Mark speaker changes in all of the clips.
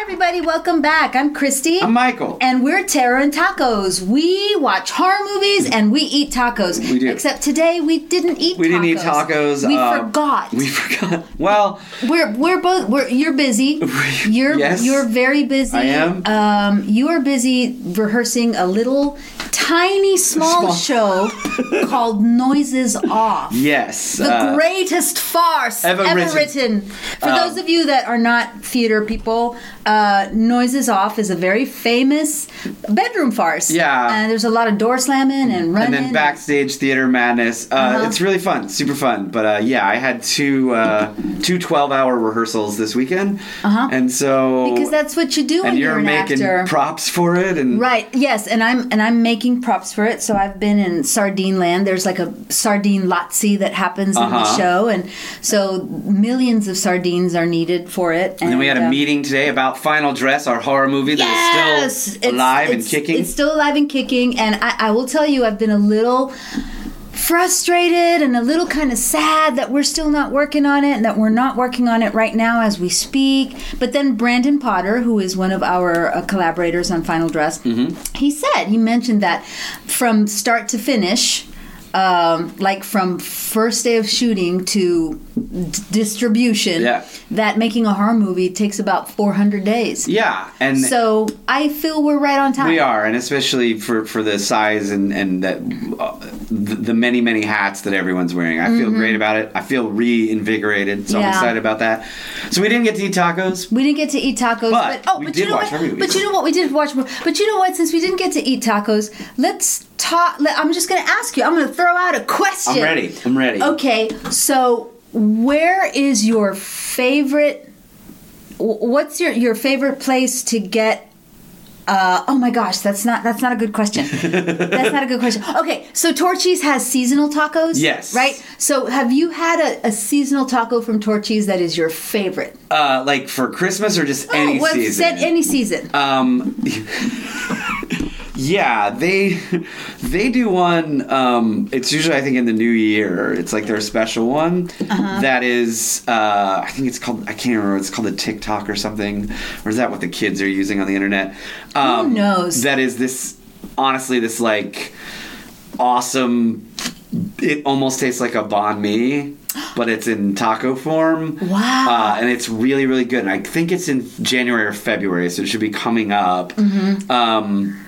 Speaker 1: everybody, welcome back. I'm Christy.
Speaker 2: I'm Michael.
Speaker 1: And we're Terror and Tacos. We watch horror movies and we eat tacos.
Speaker 2: We do.
Speaker 1: Except today we didn't eat
Speaker 2: we didn't eat tacos.
Speaker 1: We
Speaker 2: um,
Speaker 1: forgot.
Speaker 2: We forgot. Well,
Speaker 1: We're we're both we're you're busy. You're
Speaker 2: Yes.
Speaker 1: you're very busy.
Speaker 2: I am.
Speaker 1: Um, you are busy rehearsing a little tiny small,
Speaker 2: Small.
Speaker 1: show called Noises Off.
Speaker 2: yes.
Speaker 1: The
Speaker 2: uh,
Speaker 1: greatest farce ever,
Speaker 2: ever
Speaker 1: written.
Speaker 2: written. Um,
Speaker 1: For those of you that are not theater people, uh, Noises Off is a very famous bedroom farce.
Speaker 2: Yeah.
Speaker 1: And there's a lot of door slamming and
Speaker 2: and
Speaker 1: running.
Speaker 2: then backstage theater madness. Uh,
Speaker 1: Uh-huh.
Speaker 2: It's really fun, super fun. But uh, yeah, I had two uh, two 12 hour rehearsals this weekend, uh-huh. and so
Speaker 1: Because that's what you do when
Speaker 2: and
Speaker 1: you're,
Speaker 2: you're
Speaker 1: an
Speaker 2: making
Speaker 1: actor.
Speaker 2: props for it, and
Speaker 1: Right. Yes, and I'm and I'm making props for it. So I've been in sardine land. There's like a sardine lotsie that happens in the
Speaker 2: Uh-huh.
Speaker 1: show, and so millions of sardines are needed for it.
Speaker 2: And then we had a
Speaker 1: uh,
Speaker 2: meeting today about Final Dress, our horror movie that is
Speaker 1: Yes,
Speaker 2: still alive and kicking.
Speaker 1: It's still alive and kicking, and I, I will tell you, I've been a little frustrated and a little kind of sad that we're still not working on it and that we're not working on it right now as we speak. But then Brandon Potter, who is one of our uh, collaborators on Final Dress,
Speaker 2: Mm-hmm.
Speaker 1: he said he mentioned that from start to finish. Um, like from first day of shooting to d- distribution,
Speaker 2: Yeah.
Speaker 1: that making a horror movie takes about 400 days.
Speaker 2: yeah, and
Speaker 1: So I feel we're right on time.
Speaker 2: We are, and especially for, for the size and and that uh, the, the many many hats that everyone's wearing. I feel great about it. I feel reinvigorated, so
Speaker 1: Mm-hmm. Yeah.
Speaker 2: I'm excited about that. So we didn't get to eat tacos.
Speaker 1: We didn't get to eat tacos, but,
Speaker 2: But
Speaker 1: oh,
Speaker 2: we
Speaker 1: but
Speaker 2: did
Speaker 1: you know
Speaker 2: watch
Speaker 1: what?
Speaker 2: our movies.
Speaker 1: But you know what? We did watch, but you know what? Since we didn't get to eat tacos, let's talk. Let, I'm just going to ask you. I'm going to throw out a question.
Speaker 2: I'm ready. I'm ready.
Speaker 1: Okay, so where is your favorite? wh- What's your your favorite place to get? Uh, oh my gosh, that's not that's not a good question. that's not a good question. Okay, so Torchy's has seasonal tacos.
Speaker 2: Yes.
Speaker 1: Right. So have you had a, a seasonal taco from Torchy's that is your favorite?
Speaker 2: Uh, like for Christmas or just any
Speaker 1: oh, what
Speaker 2: season.
Speaker 1: said any season?
Speaker 2: Um, yeah, they they do one. Um, it's usually I think in the new year. It's like their special one that is. Uh, I think it's called. I can't remember. It's called a TikTok or something, or is that what the kids are using on the internet? Um,
Speaker 1: knows?
Speaker 2: That is this. Honestly, this like awesome. It almost tastes like a banh mi, but it's in taco form.
Speaker 1: Wow.
Speaker 2: Uh, uh, and it's really really good and i think it's in january or february so it should be coming up
Speaker 1: Mm-hmm.
Speaker 2: um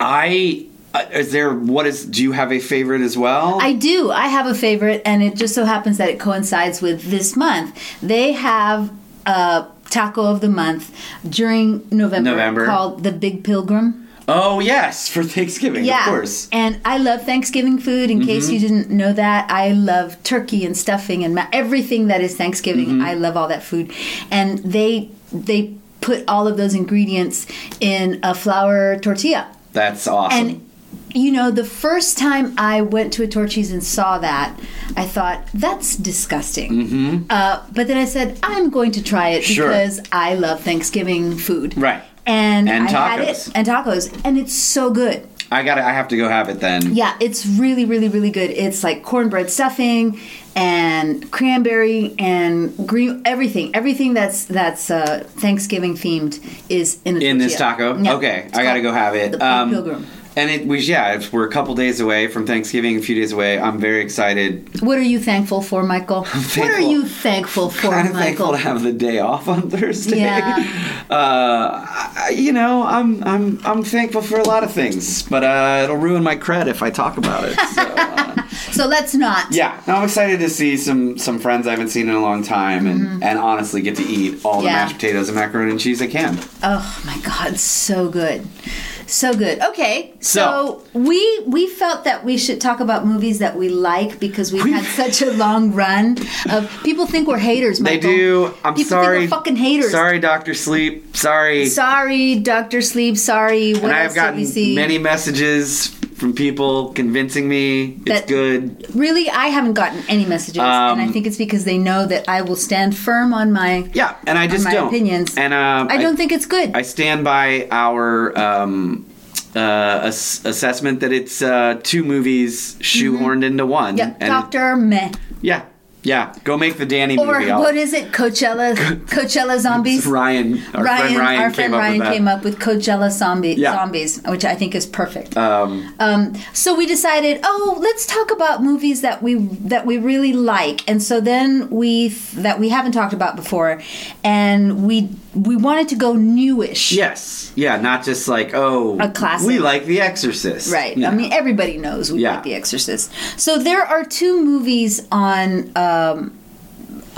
Speaker 2: i uh, is there what is do you have a favorite as well
Speaker 1: I do. I have a favorite, and it just so happens that it coincides with this month. They have a taco of the month during November,
Speaker 2: November.
Speaker 1: called the Big Pilgrim.
Speaker 2: oh yes for thanksgiving of course Mm-hmm.
Speaker 1: And I love Thanksgiving food. In case you didn't know that, I love turkey and stuffing and ma- everything that is Thanksgiving.
Speaker 2: Mm-hmm.
Speaker 1: I love all that food, and they they put all of those ingredients in a flour tortilla.
Speaker 2: that's awesome
Speaker 1: And you know, the first time I went to a Torchy's and saw that, I thought that's disgusting. Uh, but then I said I'm going to try it
Speaker 2: Mm-hmm. Sure.
Speaker 1: because I love Thanksgiving food.
Speaker 2: Right.
Speaker 1: And,
Speaker 2: And
Speaker 1: I had it
Speaker 2: tacos.
Speaker 1: and tacos, and it's so good.
Speaker 2: i gotta i have to go have it then
Speaker 1: Yeah, it's really, really, really good. It's like cornbread stuffing and cranberry and green everything. Everything that's that's uh, Thanksgiving themed is in a
Speaker 2: in this
Speaker 1: tortilla.
Speaker 2: taco
Speaker 1: Yeah.
Speaker 2: okay
Speaker 1: It's
Speaker 2: i gotta
Speaker 1: called
Speaker 2: go have it Um,
Speaker 1: The Big Pilgrim.
Speaker 2: and it was yeah it's, we're a couple days away from thanksgiving a few days away i'm very excited
Speaker 1: What are you thankful for, Michael? What are
Speaker 2: thankful-
Speaker 1: you thankful for,
Speaker 2: kind of
Speaker 1: Michael?
Speaker 2: thankful to have the day off on Thursday.
Speaker 1: Yeah.
Speaker 2: Uh, I- you know, I'm I'm I'm thankful for a lot of things, but uh, it'll ruin my cred if I talk about it. So, uh,
Speaker 1: so let's not.
Speaker 2: yeah, no, I'm excited to see some some friends I haven't seen in a long time, and and honestly get to eat all the
Speaker 1: Mm-hmm. Yeah.
Speaker 2: mashed potatoes and macaroni and cheese I can.
Speaker 1: Oh my God, so good, so good. Okay, so,
Speaker 2: So-
Speaker 1: we we felt that we should talk about movies that we like because we've had such a long run of people think we're haters.
Speaker 2: They
Speaker 1: Michael.
Speaker 2: do. I'm
Speaker 1: people
Speaker 2: sorry.
Speaker 1: Think we're fucking haters.
Speaker 2: Sorry, Doctor Sleep. Sorry.
Speaker 1: Sorry, Doctor Sleep. Sorry. What
Speaker 2: and
Speaker 1: else
Speaker 2: I've gotten
Speaker 1: did we see?
Speaker 2: many messages from people convincing me it's
Speaker 1: That-
Speaker 2: good.
Speaker 1: really, I haven't gotten any messages, and I
Speaker 2: Um,
Speaker 1: think it's because they know that I will stand firm on my
Speaker 2: Yeah, and I just
Speaker 1: my
Speaker 2: don't.
Speaker 1: opinions.
Speaker 2: And uh,
Speaker 1: I don't think it's good.
Speaker 2: I stand by our um, uh, ass-
Speaker 1: Mm-hmm.
Speaker 2: assessment that it's uh, two movies shoehorned into one.
Speaker 1: Yep.
Speaker 2: And-
Speaker 1: Doctor Meh.
Speaker 2: Yeah. Yeah, go make the Danny
Speaker 1: Or
Speaker 2: movie. I'll-
Speaker 1: what is it? Coachella, Coachella zombies.
Speaker 2: Ryan, our friend Ryan
Speaker 1: our
Speaker 2: came
Speaker 1: friend
Speaker 2: up
Speaker 1: Ryan
Speaker 2: with that.
Speaker 1: came up with Coachella zombie,
Speaker 2: Yeah.
Speaker 1: zombies, which I think is perfect.
Speaker 2: Um,
Speaker 1: Um, so we decided, oh, let's talk about movies that we that we really like, and so then we that we haven't talked about before, and we we wanted to go newish.
Speaker 2: yes, yeah, not just like oh,
Speaker 1: A classic.
Speaker 2: We like The Exorcist,
Speaker 1: Right.
Speaker 2: No.
Speaker 1: I mean, everybody knows we
Speaker 2: Yeah.
Speaker 1: like The Exorcist. So there are two movies on um,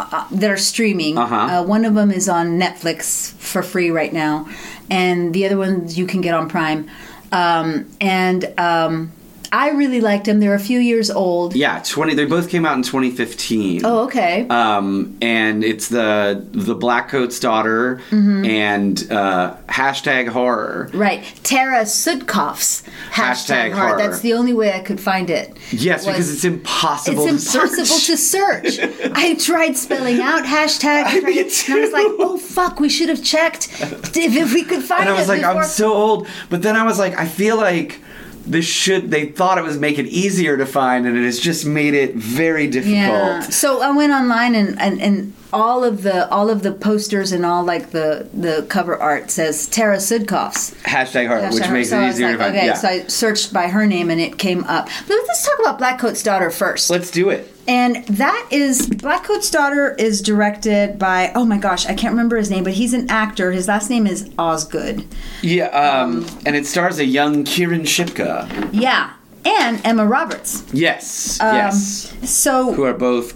Speaker 1: uh, that are streaming.
Speaker 2: Uh-huh.
Speaker 1: Uh, one of them is on Netflix for free right now, and the other ones you can get on Prime. Um, and um, I really liked them. They're a few years old.
Speaker 2: yeah, twenty. They both came out in 2015.
Speaker 1: Oh, okay.
Speaker 2: um, and it's the the black coat's daughter
Speaker 1: Mm-hmm.
Speaker 2: and uh, hashtag horror.
Speaker 1: Right, Tara Sudkoff's hashtag,
Speaker 2: Hashtag
Speaker 1: heart.
Speaker 2: horror.
Speaker 1: That's the only way I could find it.
Speaker 2: Yes,
Speaker 1: was-
Speaker 2: because it's impossible.
Speaker 1: It's
Speaker 2: to
Speaker 1: impossible
Speaker 2: search.
Speaker 1: to search. I tried spelling out hashtag. I,
Speaker 2: me
Speaker 1: and I was like, oh fuck, we should have checked if, if we could find
Speaker 2: and I was
Speaker 1: it
Speaker 2: like,
Speaker 1: before.
Speaker 2: I'm so old. But then I was like, I feel like this should. They thought it was make it easier to find, and it has just made it very difficult.
Speaker 1: yeah. So I went online and, and, and all of the all of the posters and all like the the cover art says Tara Sudkoff's.
Speaker 2: Hashtag horror,
Speaker 1: Hashtag
Speaker 2: which
Speaker 1: horror.
Speaker 2: makes
Speaker 1: So I
Speaker 2: it
Speaker 1: was
Speaker 2: easier
Speaker 1: like,
Speaker 2: to find.
Speaker 1: Okay,
Speaker 2: yeah.
Speaker 1: so I searched by her name and it came up. But let's talk about Black Coat's daughter first.
Speaker 2: Let's do it.
Speaker 1: And that is Black Coat's Daughter is directed by oh my gosh, I can't remember his name, but he's an actor. His last name is Osgood.
Speaker 2: Yeah, um, and it stars a young Kieran Shipka.
Speaker 1: Yeah. And Emma Roberts.
Speaker 2: Yes,
Speaker 1: Um,
Speaker 2: yes, who
Speaker 1: So
Speaker 2: are both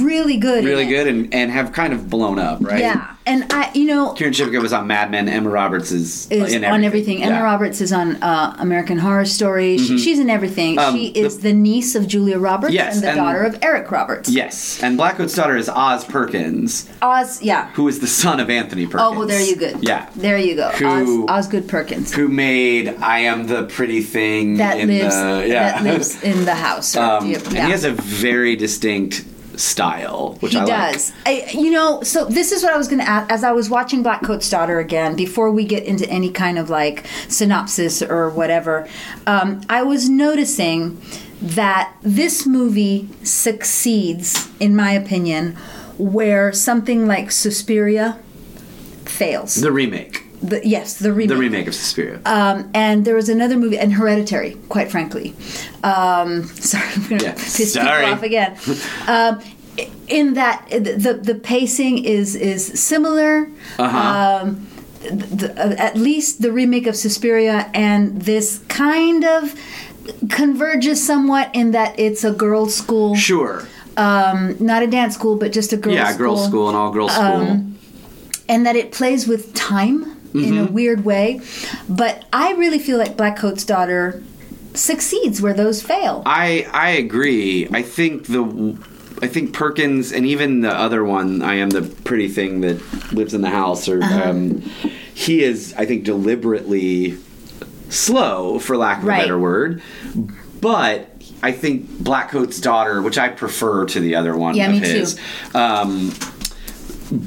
Speaker 1: really good. in
Speaker 2: really
Speaker 1: it.
Speaker 2: good and, and have kind of blown up, right?
Speaker 1: Yeah. And I you know
Speaker 2: Kieran Shipka was on Mad Men. Emma Roberts is,
Speaker 1: is
Speaker 2: in everything.
Speaker 1: on everything. Emma
Speaker 2: Yeah. Mm-hmm.
Speaker 1: Roberts is on uh, American Horror Story. She, She's in everything.
Speaker 2: Um,
Speaker 1: she is the, niece of Julia Roberts
Speaker 2: Yes,
Speaker 1: and the
Speaker 2: and-
Speaker 1: daughter of Eric Roberts.
Speaker 2: Yes, and Blackwood's daughter is Oz Perkins,
Speaker 1: Oz, yeah.
Speaker 2: who is the son of Anthony Perkins.
Speaker 1: Oh, well, there you go.
Speaker 2: Yeah,
Speaker 1: There you go.
Speaker 2: Who-
Speaker 1: Oz, Osgood Perkins.
Speaker 2: who made I Am the Pretty Thing
Speaker 1: that
Speaker 2: in
Speaker 1: lives
Speaker 2: the yeah.
Speaker 1: that lives in the house. or
Speaker 2: um,
Speaker 1: do you-
Speaker 2: And he
Speaker 1: yeah.
Speaker 2: has a very distinct style, which
Speaker 1: He
Speaker 2: I like.
Speaker 1: does. I, you know, so this is what I was going to ask. As I was watching Black Coat's Daughter again, before we get into any kind of like synopsis or whatever, um, I was noticing that this movie succeeds, in my opinion, where something like Suspiria fails.
Speaker 2: The remake,
Speaker 1: The- yes, the remake.
Speaker 2: the remake of Suspiria.
Speaker 1: Um, and there was another movie, and Hereditary, quite frankly. Um, sorry, I'm going to
Speaker 2: Yeah,
Speaker 1: piss
Speaker 2: sorry.
Speaker 1: people off again. Um, i- in that, the, the the pacing is is similar.
Speaker 2: Uh-huh.
Speaker 1: Um, the, uh, at least the remake of Suspiria and this kind of converges somewhat in that it's a girls' school,
Speaker 2: sure.
Speaker 1: um, not a dance school, but just a girls'
Speaker 2: yeah, girls' school, and all girls' school.
Speaker 1: Um, and that it plays with time in a
Speaker 2: Mm-hmm.
Speaker 1: weird way. But I really feel like Black Coat's daughter succeeds where those fail.
Speaker 2: I I agree. I think the I think Perkins and even the other one, I am the pretty thing that lives in the house, or
Speaker 1: Uh-huh.
Speaker 2: um, he is I think deliberately slow, for lack of
Speaker 1: Right.
Speaker 2: a better word, but. I think Blackcoat's daughter, which I prefer to the other one
Speaker 1: Yeah,
Speaker 2: of
Speaker 1: me too.
Speaker 2: his, Um,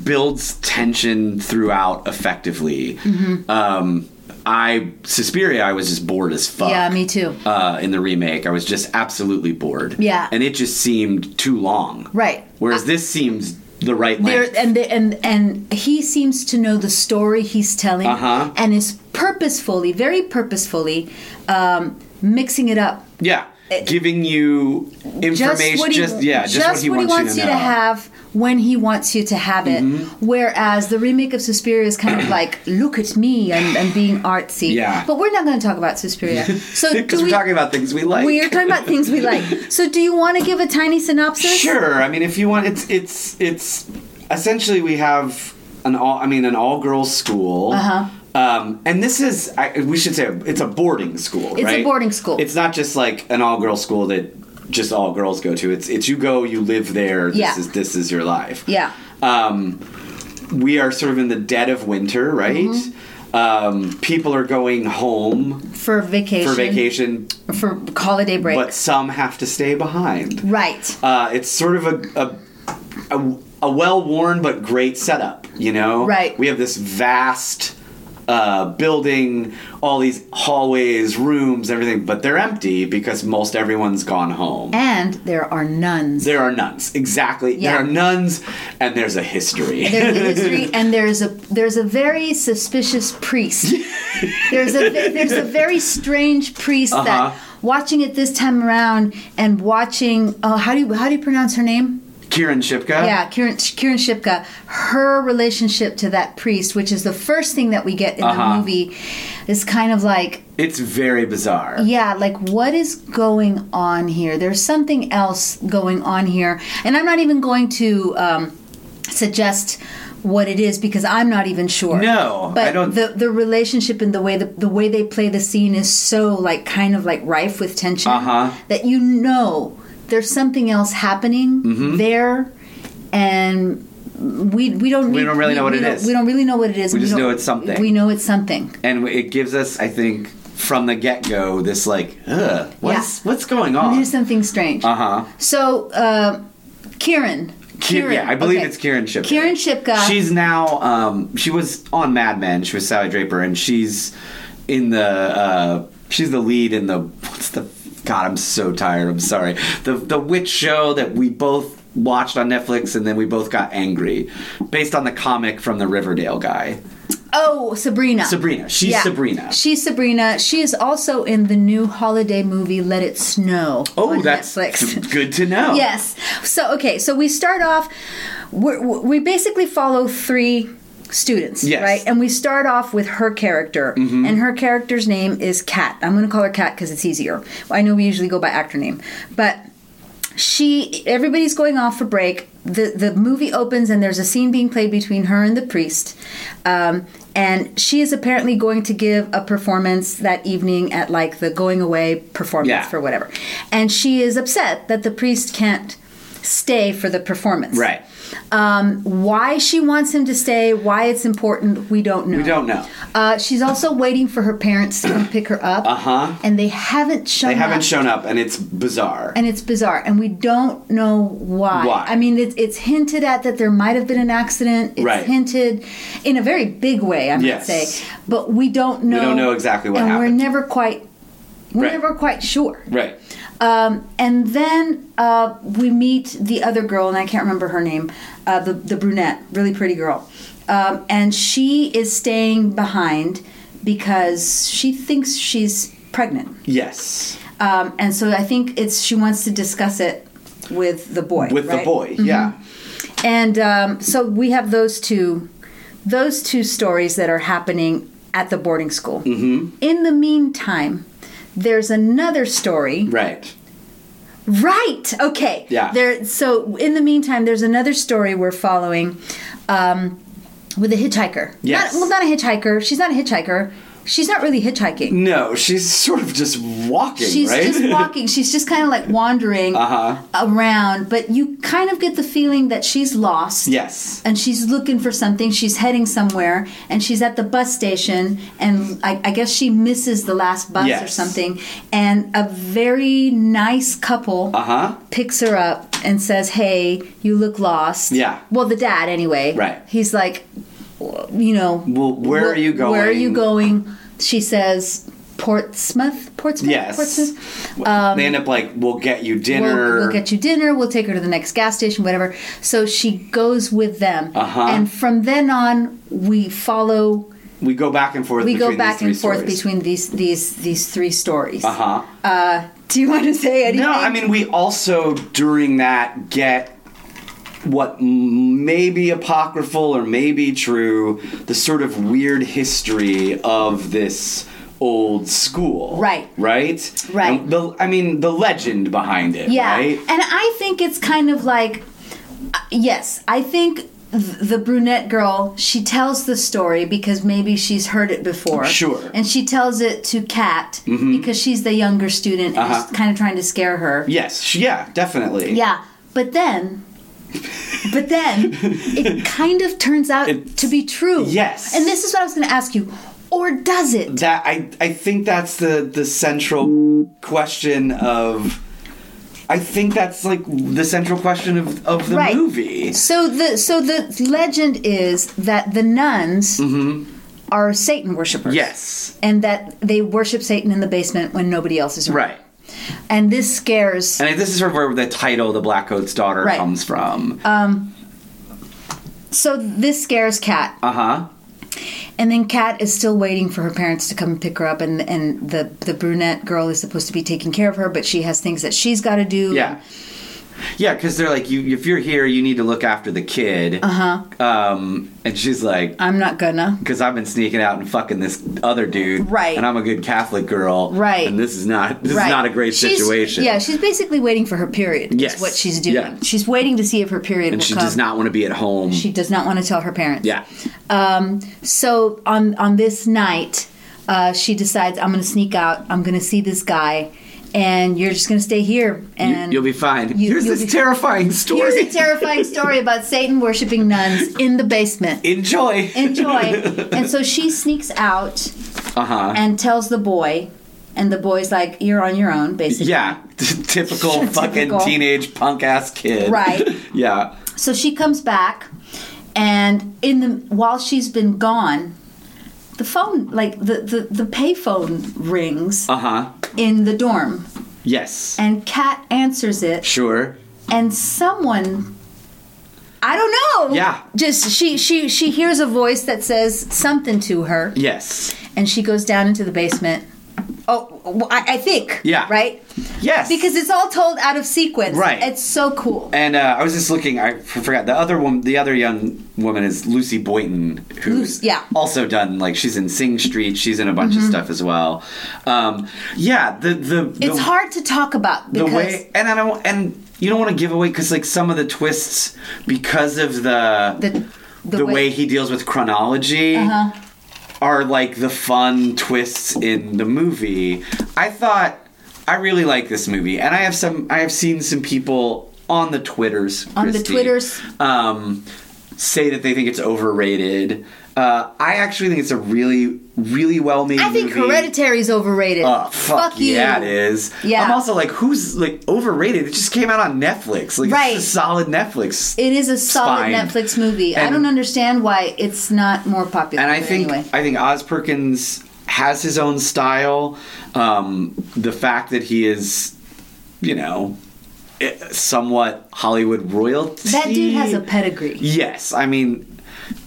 Speaker 2: builds tension throughout effectively.
Speaker 1: Mm-hmm.
Speaker 2: Um, I Suspiria, I was just bored as fuck
Speaker 1: Yeah, me too.
Speaker 2: uh, in the remake. I was just absolutely bored.
Speaker 1: Yeah.
Speaker 2: And it just seemed too long.
Speaker 1: Right.
Speaker 2: Whereas this seems the right
Speaker 1: There,
Speaker 2: length.
Speaker 1: and the, and and he seems to know the story he's telling,
Speaker 2: Uh-huh.
Speaker 1: and is purposefully, very purposefully, um, mixing it up
Speaker 2: Yeah. Giving you information,
Speaker 1: just
Speaker 2: just,
Speaker 1: what he,
Speaker 2: yeah, just, what he wants, you, to know. Mm-hmm.
Speaker 1: have when he wants you to have it. Whereas the remake of Suspiria is kind of like, look at me, I'm, I'm being artsy.
Speaker 2: Yeah.
Speaker 1: But we're not going to talk about Suspiria. So do
Speaker 2: Because
Speaker 1: we,
Speaker 2: we're talking about things we like.
Speaker 1: we are talking about things we like. So do you want to give a tiny synopsis?
Speaker 2: Sure. I mean, if you want, it's it's it's essentially we have an all. I mean, an all girls school.
Speaker 1: Uh-huh.
Speaker 2: Um, and this is I, we should say it's a boarding school.
Speaker 1: It's a
Speaker 2: right?
Speaker 1: boarding school.
Speaker 2: It's not just like an all girls school that just all girls go to. It's it's you go, you live there. This
Speaker 1: Yeah.
Speaker 2: is this is your life.
Speaker 1: Yeah.
Speaker 2: Um, we are sort of in the dead of winter, right?
Speaker 1: Mm-hmm.
Speaker 2: Um, people are going home
Speaker 1: For vacation.
Speaker 2: for vacation,
Speaker 1: For holiday break.
Speaker 2: but some have to stay behind.
Speaker 1: right.
Speaker 2: Uh, it's sort of a a, a, a well worn but great setup. You know,
Speaker 1: Right.
Speaker 2: We have this vast uh, building, all these hallways, rooms, everything, but they're empty because most everyone's gone home.
Speaker 1: And there are nuns.
Speaker 2: There are nuns, exactly.
Speaker 1: Yeah.
Speaker 2: There are nuns, and there's a history.
Speaker 1: There's a history, and there's a there's a very suspicious priest. There's a there's a very strange priest that watching it this time around and watching. Oh, how do you how do you pronounce her name?
Speaker 2: Kieran Shipka.
Speaker 1: Yeah, Kieran, Kieran Shipka, her relationship to that priest, which is the first thing that we get in the
Speaker 2: Uh-huh.
Speaker 1: movie, is kind of like,
Speaker 2: It's very bizarre.
Speaker 1: yeah, like what is going on here? There's something else going on here. And I'm not even going to um, suggest what it is because I'm not even sure.
Speaker 2: No,
Speaker 1: but
Speaker 2: I don't-
Speaker 1: the the relationship and the way the, the way they play the scene is so like kind of like rife with tension
Speaker 2: Uh-huh.
Speaker 1: that you know there's something else happening
Speaker 2: Mm-hmm.
Speaker 1: there and we we don't
Speaker 2: We
Speaker 1: need-
Speaker 2: don't really know what
Speaker 1: we
Speaker 2: it
Speaker 1: don't-
Speaker 2: is.
Speaker 1: We don't really know what it is.
Speaker 2: We just
Speaker 1: don't-
Speaker 2: know it's something.
Speaker 1: We know it's something.
Speaker 2: And it gives us, I think, from the get go, this like, ugh, what's, what's going on?
Speaker 1: There's something strange.
Speaker 2: Uh huh.
Speaker 1: So, uh, Kieran.
Speaker 2: Ki- yeah, I believe
Speaker 1: okay.
Speaker 2: it's Kieran Shipka.
Speaker 1: Kieran Shipka.
Speaker 2: She's now. Um, she was on Mad Men. She was Sally Draper, and she's in the. Uh, she's the lead in the. What's the? God, I'm so tired. I'm sorry. The the witch show that we both watched on Netflix, and then we both got angry, based on the comic from the Riverdale guy.
Speaker 1: oh Sabrina.
Speaker 2: Sabrina. She's
Speaker 1: Yeah.
Speaker 2: Sabrina.
Speaker 1: She's Sabrina. She is also in the new holiday movie Let It Snow.
Speaker 2: oh,
Speaker 1: on
Speaker 2: that's
Speaker 1: Netflix.
Speaker 2: good to know.
Speaker 1: yes. So okay, so we start off. We're, we basically follow three students,
Speaker 2: Yes. Mm-hmm.
Speaker 1: right? And we start off with her character, and her character's name is Kat. I'm going to call her Kat because it's easier. I know we usually go by actor name, but she. Everybody's going off for break. The, the movie opens and there's a scene being played between her and the priest. Um, and she is apparently going to give a performance that evening at like the going away performance
Speaker 2: Yeah.
Speaker 1: for whatever. And she is upset that the priest can't stay for the performance.
Speaker 2: Right.
Speaker 1: Um, why she wants him to stay, why it's important, we don't know.
Speaker 2: We don't know.
Speaker 1: Uh, she's also waiting for her parents to come pick her up. Uh
Speaker 2: Uh-huh.
Speaker 1: And they haven't shown.
Speaker 2: They haven't
Speaker 1: up,
Speaker 2: shown up, and it's bizarre.
Speaker 1: And it's bizarre, and we don't know why.
Speaker 2: Why?
Speaker 1: I mean, it's, it's hinted at that there might have been an accident. It's
Speaker 2: Right.
Speaker 1: hinted in a very big way, I might
Speaker 2: Yes.
Speaker 1: say, but we don't know.
Speaker 2: don't know exactly what
Speaker 1: and
Speaker 2: happened.
Speaker 1: we're never quite. We're
Speaker 2: Right.
Speaker 1: never quite sure.
Speaker 2: right.
Speaker 1: Um, and then uh, we meet the other girl, and I can't remember her name, uh, the, the brunette, really pretty girl. Um, and she is staying behind because she thinks she's pregnant.
Speaker 2: Yes.
Speaker 1: Um, and so I think it's she wants to discuss it with the boy.
Speaker 2: With the
Speaker 1: right? Mm-hmm.
Speaker 2: boy. Yeah.
Speaker 1: And um, so we have those two, those two stories that are happening at the boarding school. Mm-hmm. In the meantime, there's another story.
Speaker 2: Right.
Speaker 1: Right. Okay.
Speaker 2: Yeah.
Speaker 1: There. So in the meantime, there's another story we're following, um, with a hitchhiker.
Speaker 2: Yes.
Speaker 1: Not, well, not a hitchhiker. She's not a hitchhiker. She's not really hitchhiking.
Speaker 2: No, she's sort of just walking,
Speaker 1: She's
Speaker 2: right? Uh-huh.
Speaker 1: just walking. She's just kind of like wandering around. But you kind of get the feeling that she's lost.
Speaker 2: yes.
Speaker 1: And she's looking for something. She's heading somewhere, and she's at the bus station. And I, I guess she misses the last bus or
Speaker 2: Yes.
Speaker 1: something. And a very nice couple
Speaker 2: Uh huh.
Speaker 1: picks her up and says, "Hey, you look lost."
Speaker 2: Yeah.
Speaker 1: Well, the dad anyway.
Speaker 2: Right.
Speaker 1: He's like, w- you know,
Speaker 2: Well, where
Speaker 1: "Wh-
Speaker 2: are you going?
Speaker 1: Where are you going? She says, Portsmouth. Portsmouth.
Speaker 2: Yes.
Speaker 1: Portsmouth.
Speaker 2: they end up like, we'll get you
Speaker 1: Um, We'll,
Speaker 2: dinner.
Speaker 1: we'll get you dinner. We'll take her to the next gas station, whatever. So she goes with them,
Speaker 2: Uh-huh.
Speaker 1: and from then on, we follow.
Speaker 2: we go back and forth.
Speaker 1: We
Speaker 2: between
Speaker 1: go back and
Speaker 2: these three
Speaker 1: forth
Speaker 2: stories.
Speaker 1: between these these these three stories.
Speaker 2: Uh huh.
Speaker 1: Do you want to say anything?
Speaker 2: No, I mean we also during that get what may be apocryphal or may be true, the sort of weird history of this old school.
Speaker 1: Right.
Speaker 2: Right?
Speaker 1: Right.
Speaker 2: And the, I mean the legend behind it,
Speaker 1: Yeah.
Speaker 2: right?
Speaker 1: And I think it's kind of like, uh, yes, I think th- the brunette girl, she tells the story because maybe she's heard it before.
Speaker 2: Sure. Mm-hmm.
Speaker 1: And she tells it to Kat because she's the younger student and is kind of trying to scare her.
Speaker 2: Yes, sh- Uh-huh. yeah, definitely.
Speaker 1: Yeah. But then. but then it kind of turns out
Speaker 2: It's-
Speaker 1: to be true.
Speaker 2: Yes.
Speaker 1: And this is what I was going to ask you. Or does it?
Speaker 2: that I I think that's the the central question of I think that's like the central question of of the
Speaker 1: Right.
Speaker 2: movie.
Speaker 1: So the so the legend is that the nuns are Satan worshipers.
Speaker 2: Mm-hmm. Yes.
Speaker 1: And that they worship Satan in the basement when nobody else is around.
Speaker 2: Right.
Speaker 1: And this scares.
Speaker 2: And this is sort of where the title "The Black Coat's Daughter"
Speaker 1: Right.
Speaker 2: comes from.
Speaker 1: So this scares Kat.
Speaker 2: Uh huh.
Speaker 1: And then Kat is still waiting for her parents to come and pick her up, and and the the brunette girl is supposed to be taking care of her, but she has things that she's got to do.
Speaker 2: Yeah. Yeah, because they're like, you if you're here, you need to look after the kid.
Speaker 1: Uh-huh.
Speaker 2: Uh huh. Um, and she's like,
Speaker 1: I'm not gonna.
Speaker 2: because I've been sneaking out and fucking this other dude,
Speaker 1: Right.
Speaker 2: And I'm a good Catholic girl,
Speaker 1: Right.
Speaker 2: And this is not this
Speaker 1: Right.
Speaker 2: is not a great
Speaker 1: She's-
Speaker 2: situation.
Speaker 1: Yeah, she's basically waiting for her period. is
Speaker 2: Yes.
Speaker 1: what she's doing.
Speaker 2: Yeah.
Speaker 1: She's waiting to see if her period
Speaker 2: and
Speaker 1: will
Speaker 2: she
Speaker 1: come.
Speaker 2: does not want to be at home.
Speaker 1: She does not want to tell her parents.
Speaker 2: yeah,
Speaker 1: So on on this night, uh, she decides I'm going to sneak out. I'm going to see this guy, and you're just going to stay here.
Speaker 2: you,
Speaker 1: And
Speaker 2: you'll be fine.
Speaker 1: you-
Speaker 2: Here's
Speaker 1: you'll
Speaker 2: this
Speaker 1: be-
Speaker 2: terrifying story.
Speaker 1: here's a terrifying story about Satan worshiping nuns in the basement.
Speaker 2: Enjoy.
Speaker 1: Enjoy. and so she sneaks out
Speaker 2: Uh huh.
Speaker 1: and tells the boy, and the boy's like, "You're on your own," basically.
Speaker 2: Yeah, typical fucking
Speaker 1: Typical.
Speaker 2: teenage punk ass kid.
Speaker 1: Right.
Speaker 2: yeah.
Speaker 1: So she comes back, and in the while she's been gone, the phone, like the the, the payphone rings
Speaker 2: Uh huh.
Speaker 1: in the dorm,
Speaker 2: Yes.
Speaker 1: and Kat answers it,
Speaker 2: sure.
Speaker 1: and someone. I don't know.
Speaker 2: Yeah.
Speaker 1: Just she she she hears a voice that says something to her,
Speaker 2: Yes.
Speaker 1: and she goes down into the basement. Oh, well, I, I think.
Speaker 2: Yeah.
Speaker 1: Right.
Speaker 2: Yes.
Speaker 1: Because it's all told out of sequence.
Speaker 2: Right.
Speaker 1: It's so cool.
Speaker 2: And uh, I was just looking. I f- forgot the other one. The other young woman is Lucy Boynton, who's
Speaker 1: Lucy, yeah. Mm-hmm.
Speaker 2: also done like she's in Sing Street. She's in a bunch of stuff as well. Um, yeah, the the
Speaker 1: It's
Speaker 2: the,
Speaker 1: hard to talk about
Speaker 2: the
Speaker 1: because
Speaker 2: way, and I don't and you don't want to give away because like some of the twists because of the
Speaker 1: The- the
Speaker 2: way,
Speaker 1: way- Uh-huh.
Speaker 2: he deals with chronology. Are like the fun twists in the movie. I thought I really like this movie, and I have some. I have seen some people on the twitters
Speaker 1: On the
Speaker 2: Christy,
Speaker 1: Twitters.
Speaker 2: um, say that they think it's overrated. Uh, I actually think it's a really, really well made.
Speaker 1: I think
Speaker 2: movie.
Speaker 1: Hereditary is overrated.
Speaker 2: Oh, fuck, yeah, it is.
Speaker 1: Yeah.
Speaker 2: I'm also like, who's like overrated? It just came out on Netflix. Like,
Speaker 1: Right.
Speaker 2: it's a solid Netflix.
Speaker 1: It is a solid
Speaker 2: Fine.
Speaker 1: Netflix movie. I
Speaker 2: And-
Speaker 1: don't understand why it's not more popular.
Speaker 2: and I
Speaker 1: but
Speaker 2: think
Speaker 1: anyway.
Speaker 2: I think Oz Perkins has his own style. Um, the fact that he is, you know, eh, somewhat Hollywood royalty.
Speaker 1: that dude has a pedigree.
Speaker 2: Yes, I mean,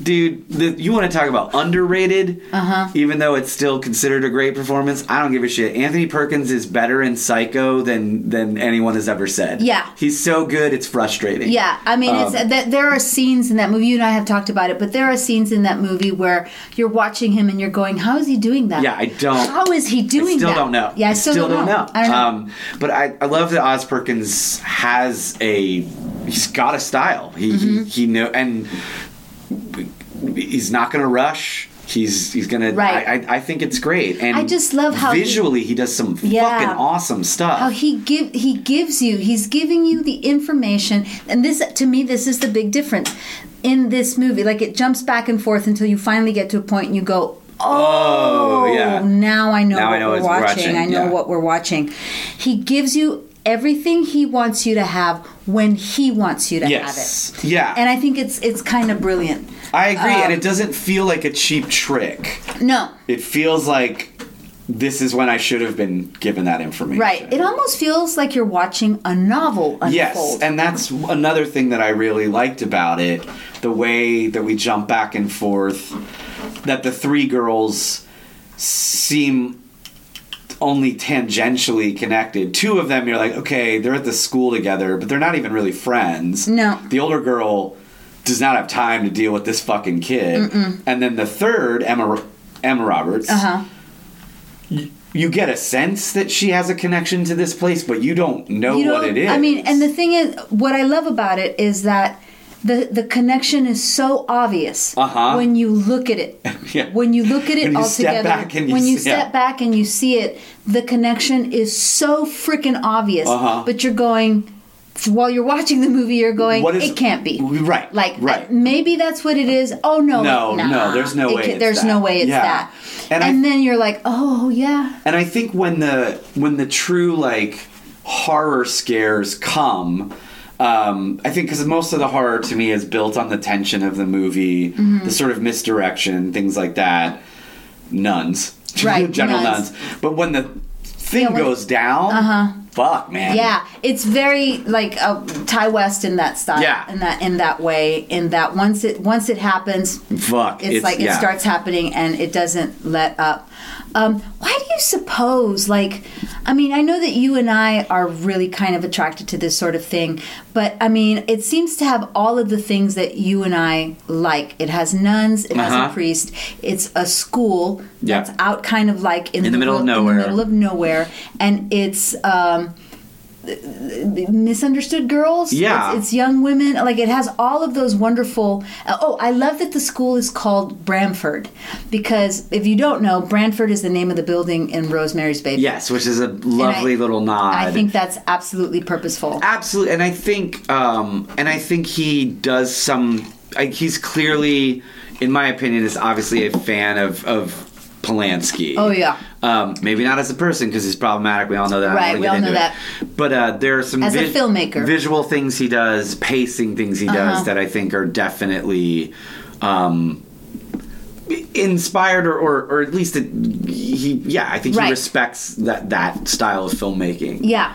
Speaker 2: dude, the, you want to talk about underrated? Uh-huh. Even though it's still considered a great performance, I don't give a shit. Anthony Perkins is better in Psycho than than anyone has ever said.
Speaker 1: Yeah.
Speaker 2: he's so good, it's frustrating.
Speaker 1: Yeah, I mean,
Speaker 2: Um,
Speaker 1: it's, that there are scenes in that movie. You and I have talked about it, but there are scenes in that movie where you're watching him and you're going, "How is he doing that?
Speaker 2: Yeah, I don't-
Speaker 1: How is he doing
Speaker 2: I still
Speaker 1: that?
Speaker 2: don't know.
Speaker 1: Yeah, I still, don't, know. I don't know.
Speaker 2: Um, but I, I love that Oz Perkins has a he's got a style. He
Speaker 1: Mm-hmm.
Speaker 2: he, he know and he's not going to rush. He's he's gonna.
Speaker 1: Right.
Speaker 2: I, I, I think it's great. And
Speaker 1: I just love how he-
Speaker 2: visually he, does some
Speaker 1: Yeah.
Speaker 2: fucking awesome stuff.
Speaker 1: how Oh, he give he gives you he's giving you the information and this to me this is the big difference in this movie like it jumps back and forth until you finally get to a point and you go oh,
Speaker 2: Oh, yeah.
Speaker 1: now i know
Speaker 2: Now I
Speaker 1: what
Speaker 2: know
Speaker 1: we're
Speaker 2: it's- we're
Speaker 1: watching.
Speaker 2: watching,
Speaker 1: i know
Speaker 2: yeah.
Speaker 1: what we're watching he gives you everything he wants you to have when he wants you to
Speaker 2: yes.
Speaker 1: have it
Speaker 2: Yeah.
Speaker 1: and uh, i think it's it's kind of brilliant
Speaker 2: I agree. and it doesn't feel like a cheap trick.
Speaker 1: no
Speaker 2: It feels like this is when I should have been given that information.
Speaker 1: right it almost feels like you're watching a novel unfold
Speaker 2: Yes, and that's another thing that I really liked about it the way that we jump back and forth, that the three girls seem only tangentially connected. Two of them, you're like, okay, they're at the school together, but they're not even really friends.
Speaker 1: No.
Speaker 2: The older girl does not have time to deal with this fucking kid. And then the third, Emma, Emma Roberts.
Speaker 1: uh-huh
Speaker 2: You get a sense that she has a connection to this place, but you don't know
Speaker 1: you
Speaker 2: what
Speaker 1: don't-
Speaker 2: it is.
Speaker 1: I mean, and the thing is, what I love about it is that the the connection is so obvious
Speaker 2: Uh-huh.
Speaker 1: when you look at it.
Speaker 2: Yeah.
Speaker 1: When you look at it
Speaker 2: When you
Speaker 1: all
Speaker 2: step
Speaker 1: together,
Speaker 2: back and you
Speaker 1: when you
Speaker 2: see-
Speaker 1: step
Speaker 2: yeah.
Speaker 1: back and you see it, the connection is so freaking obvious.
Speaker 2: Uh-huh.
Speaker 1: But you're going while you're watching the movie, you're going,
Speaker 2: What is-
Speaker 1: it can't be
Speaker 2: Right,
Speaker 1: Like uh,
Speaker 2: right.
Speaker 1: I- maybe that's what it is. Oh no,
Speaker 2: No,
Speaker 1: nah.
Speaker 2: no, there's no
Speaker 1: It
Speaker 2: way
Speaker 1: ca-
Speaker 2: it's
Speaker 1: there's
Speaker 2: that.
Speaker 1: no way it's
Speaker 2: Yeah.
Speaker 1: that. And,
Speaker 2: And I-
Speaker 1: then you're like, oh yeah,
Speaker 2: And I think when the when the true like horror scares come, Um, I think because most of the horror to me is built on the tension of the movie,
Speaker 1: Mm-hmm.
Speaker 2: the sort of misdirection, things like that. Nuns,
Speaker 1: Right,
Speaker 2: General
Speaker 1: nuns.
Speaker 2: nuns. But when the
Speaker 1: Yeah,
Speaker 2: thing
Speaker 1: when- Uh-huh.
Speaker 2: goes down, fuck man,
Speaker 1: Yeah, it's very like uh, Ty West in that style.
Speaker 2: Yeah.
Speaker 1: in that in that way, in that once it once it happens,
Speaker 2: fuck.
Speaker 1: it's, like
Speaker 2: yeah.
Speaker 1: it starts happening and it doesn't let up. Um, why do you suppose? Like, I mean, I know that you and I are really kind of attracted to this sort of thing, but I mean, it seems to have all of the things that you and I like. It has nuns, it has
Speaker 2: Uh-huh.
Speaker 1: a priest, it's a school
Speaker 2: Yeah.
Speaker 1: that's out kind of like in,
Speaker 2: the middle of
Speaker 1: ro-
Speaker 2: nowhere.
Speaker 1: in the middle of nowhere, and it's. Um, misunderstood girls.
Speaker 2: Yeah.
Speaker 1: It's, it's young women. Like it has all of those wonderful. uh, oh, I love that the school is called Branford because if you don't know, Branford is the name of the building in Rosemary's Baby.
Speaker 2: Yes, which is a lovely little nod.
Speaker 1: I think that's absolutely purposeful.
Speaker 2: absolutely and i think um and i think he does some I, he's clearly in my opinion is obviously a fan of of Polanski.
Speaker 1: Oh, yeah.
Speaker 2: Um, maybe not as a person because he's problematic. We all know that. I don't
Speaker 1: Right,
Speaker 2: wanna
Speaker 1: we
Speaker 2: get
Speaker 1: all know
Speaker 2: into
Speaker 1: that.
Speaker 2: it. But uh, there are some
Speaker 1: As a filmmaker.
Speaker 2: visual things he does, pacing things he
Speaker 1: Uh-huh.
Speaker 2: does that I think are definitely um, inspired or, or or at least it, he yeah I think
Speaker 1: Right.
Speaker 2: he respects that that style of filmmaking.
Speaker 1: Yeah.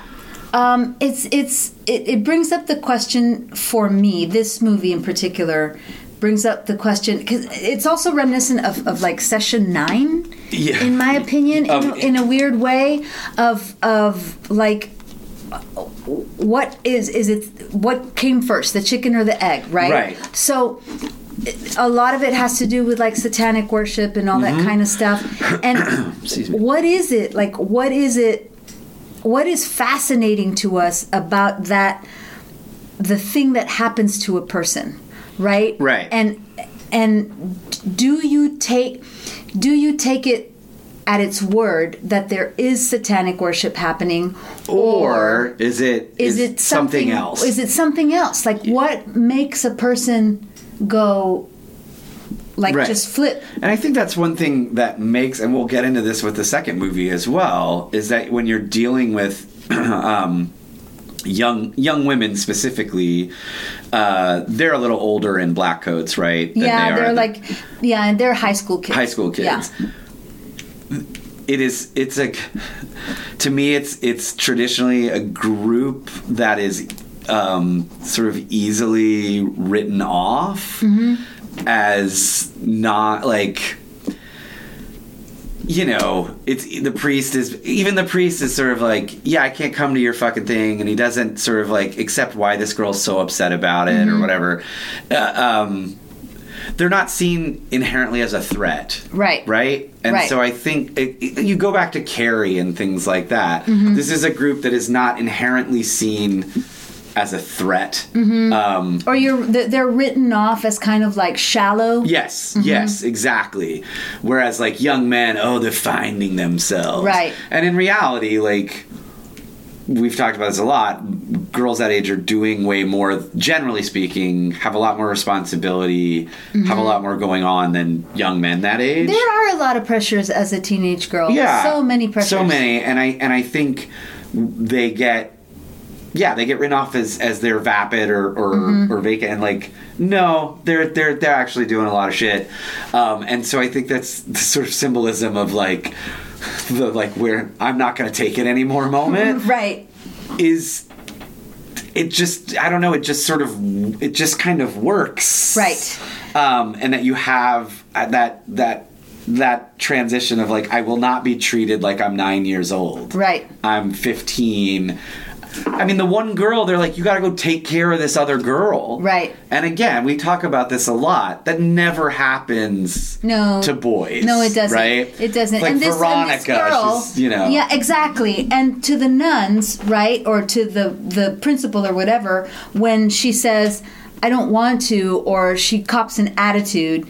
Speaker 1: Um, it's it's it, it brings up the question for me. This movie in particular brings up the question because it's also reminiscent of, of like session nine,
Speaker 2: Yeah. Um,
Speaker 1: in my opinion, in,
Speaker 2: Of-
Speaker 1: a, in a weird way of of like what is is it what came first the chicken or the egg right
Speaker 2: Right.
Speaker 1: so a lot of it has to do with like satanic worship and all
Speaker 2: Mm-hmm.
Speaker 1: that kind of stuff and
Speaker 2: Excuse me.
Speaker 1: what is it like what is it what is fascinating to us about that the thing that happens to a person right
Speaker 2: Right.
Speaker 1: and and do you take do you take it at its word that there is satanic worship happening
Speaker 2: or is it
Speaker 1: is it something,
Speaker 2: else?
Speaker 1: Is it something else? Like what makes a person go like
Speaker 2: Right.
Speaker 1: just flip?
Speaker 2: and I think that's one thing that makes, and we'll get into this with the second movie as well, is that when you're dealing with um, young young women specifically, uh, they're a little older in black coats, right? than
Speaker 1: yeah,
Speaker 2: they are
Speaker 1: they are
Speaker 2: the
Speaker 1: like yeah, and they're high school kids.
Speaker 2: high school kids.
Speaker 1: Yeah.
Speaker 2: It is. It's a. To me, it's it's traditionally a group that is um, sort of easily written off as not like you know, it's the priest is even the priest is sort of like, yeah, I can't come to your fucking thing, and he doesn't sort of like accept why this girl's so upset about it or whatever. Uh, um, they're not seen inherently as a threat,
Speaker 1: Right.
Speaker 2: Right, and
Speaker 1: Right.
Speaker 2: so I think it, it- you go back to Carrie and things like that.
Speaker 1: Mm-hmm.
Speaker 2: This is a group that is not inherently seen as a threat.
Speaker 1: Mm-hmm.
Speaker 2: Um,
Speaker 1: Or you're they're they're written off as kind of like shallow.
Speaker 2: Yes,
Speaker 1: Mm-hmm.
Speaker 2: yes, exactly. Whereas like young men, oh, they're finding themselves.
Speaker 1: Right.
Speaker 2: And in reality, like we've talked about this a lot, girls that age are doing way more generally speaking, have a lot more responsibility,
Speaker 1: Mm-hmm.
Speaker 2: have a lot more going on than young men that age.
Speaker 1: There are a lot of pressures as a teenage girl.
Speaker 2: yeah.
Speaker 1: So many pressures.
Speaker 2: So many and I and I think they get yeah, they get written off as, as they're vapid or or,
Speaker 1: Mm-hmm.
Speaker 2: or vacant, and like no, they're they're they're actually doing a lot of shit, um, and so I think that's the sort of symbolism of like the like where I'm not going to take it anymore moment
Speaker 1: Right.
Speaker 2: is it just I don't know it just sort of it just kind of works
Speaker 1: Right.
Speaker 2: um, and that you have uh, that that that transition of like I will not be treated like I'm nine years old
Speaker 1: Right.
Speaker 2: I'm 15. I mean, the one girl, they're like, you gotta go take care of this other girl.
Speaker 1: Right.
Speaker 2: And again, we talk about this a lot. That never happens
Speaker 1: No.
Speaker 2: to boys.
Speaker 1: No, it doesn't.
Speaker 2: Right?
Speaker 1: It doesn't.
Speaker 2: Like
Speaker 1: and this, and
Speaker 2: Veronica,
Speaker 1: this girl,
Speaker 2: she's, you know.
Speaker 1: Yeah, exactly. And to the nuns, right, or to the the principal or whatever, when she says, "I don't want to," or she cops an attitude.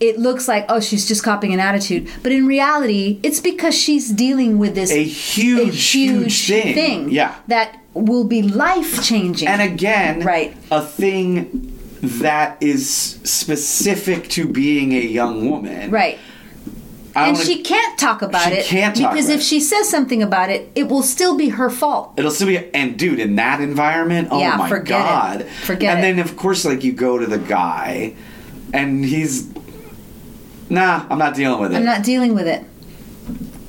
Speaker 1: It looks like oh she's just copying an attitude, but in reality, it's because she's dealing with this
Speaker 2: A huge,
Speaker 1: a
Speaker 2: huge thing. Yeah.
Speaker 1: that will be life changing.
Speaker 2: And again,
Speaker 1: Right.
Speaker 2: a thing that is specific to being a young woman.
Speaker 1: right,
Speaker 2: I
Speaker 1: and
Speaker 2: wanna-
Speaker 1: she can't talk about
Speaker 2: She
Speaker 1: it
Speaker 2: can't talk
Speaker 1: because
Speaker 2: about
Speaker 1: if
Speaker 2: it.
Speaker 1: she says something about it, it will still be her fault.
Speaker 2: It'll still be and dude in that environment. Oh
Speaker 1: Yeah,
Speaker 2: my
Speaker 1: forget it.
Speaker 2: god!
Speaker 1: Forget
Speaker 2: And
Speaker 1: it.
Speaker 2: then of course like you go to the guy, and he's, nah, I'm not dealing with it.
Speaker 1: I'm not dealing with it.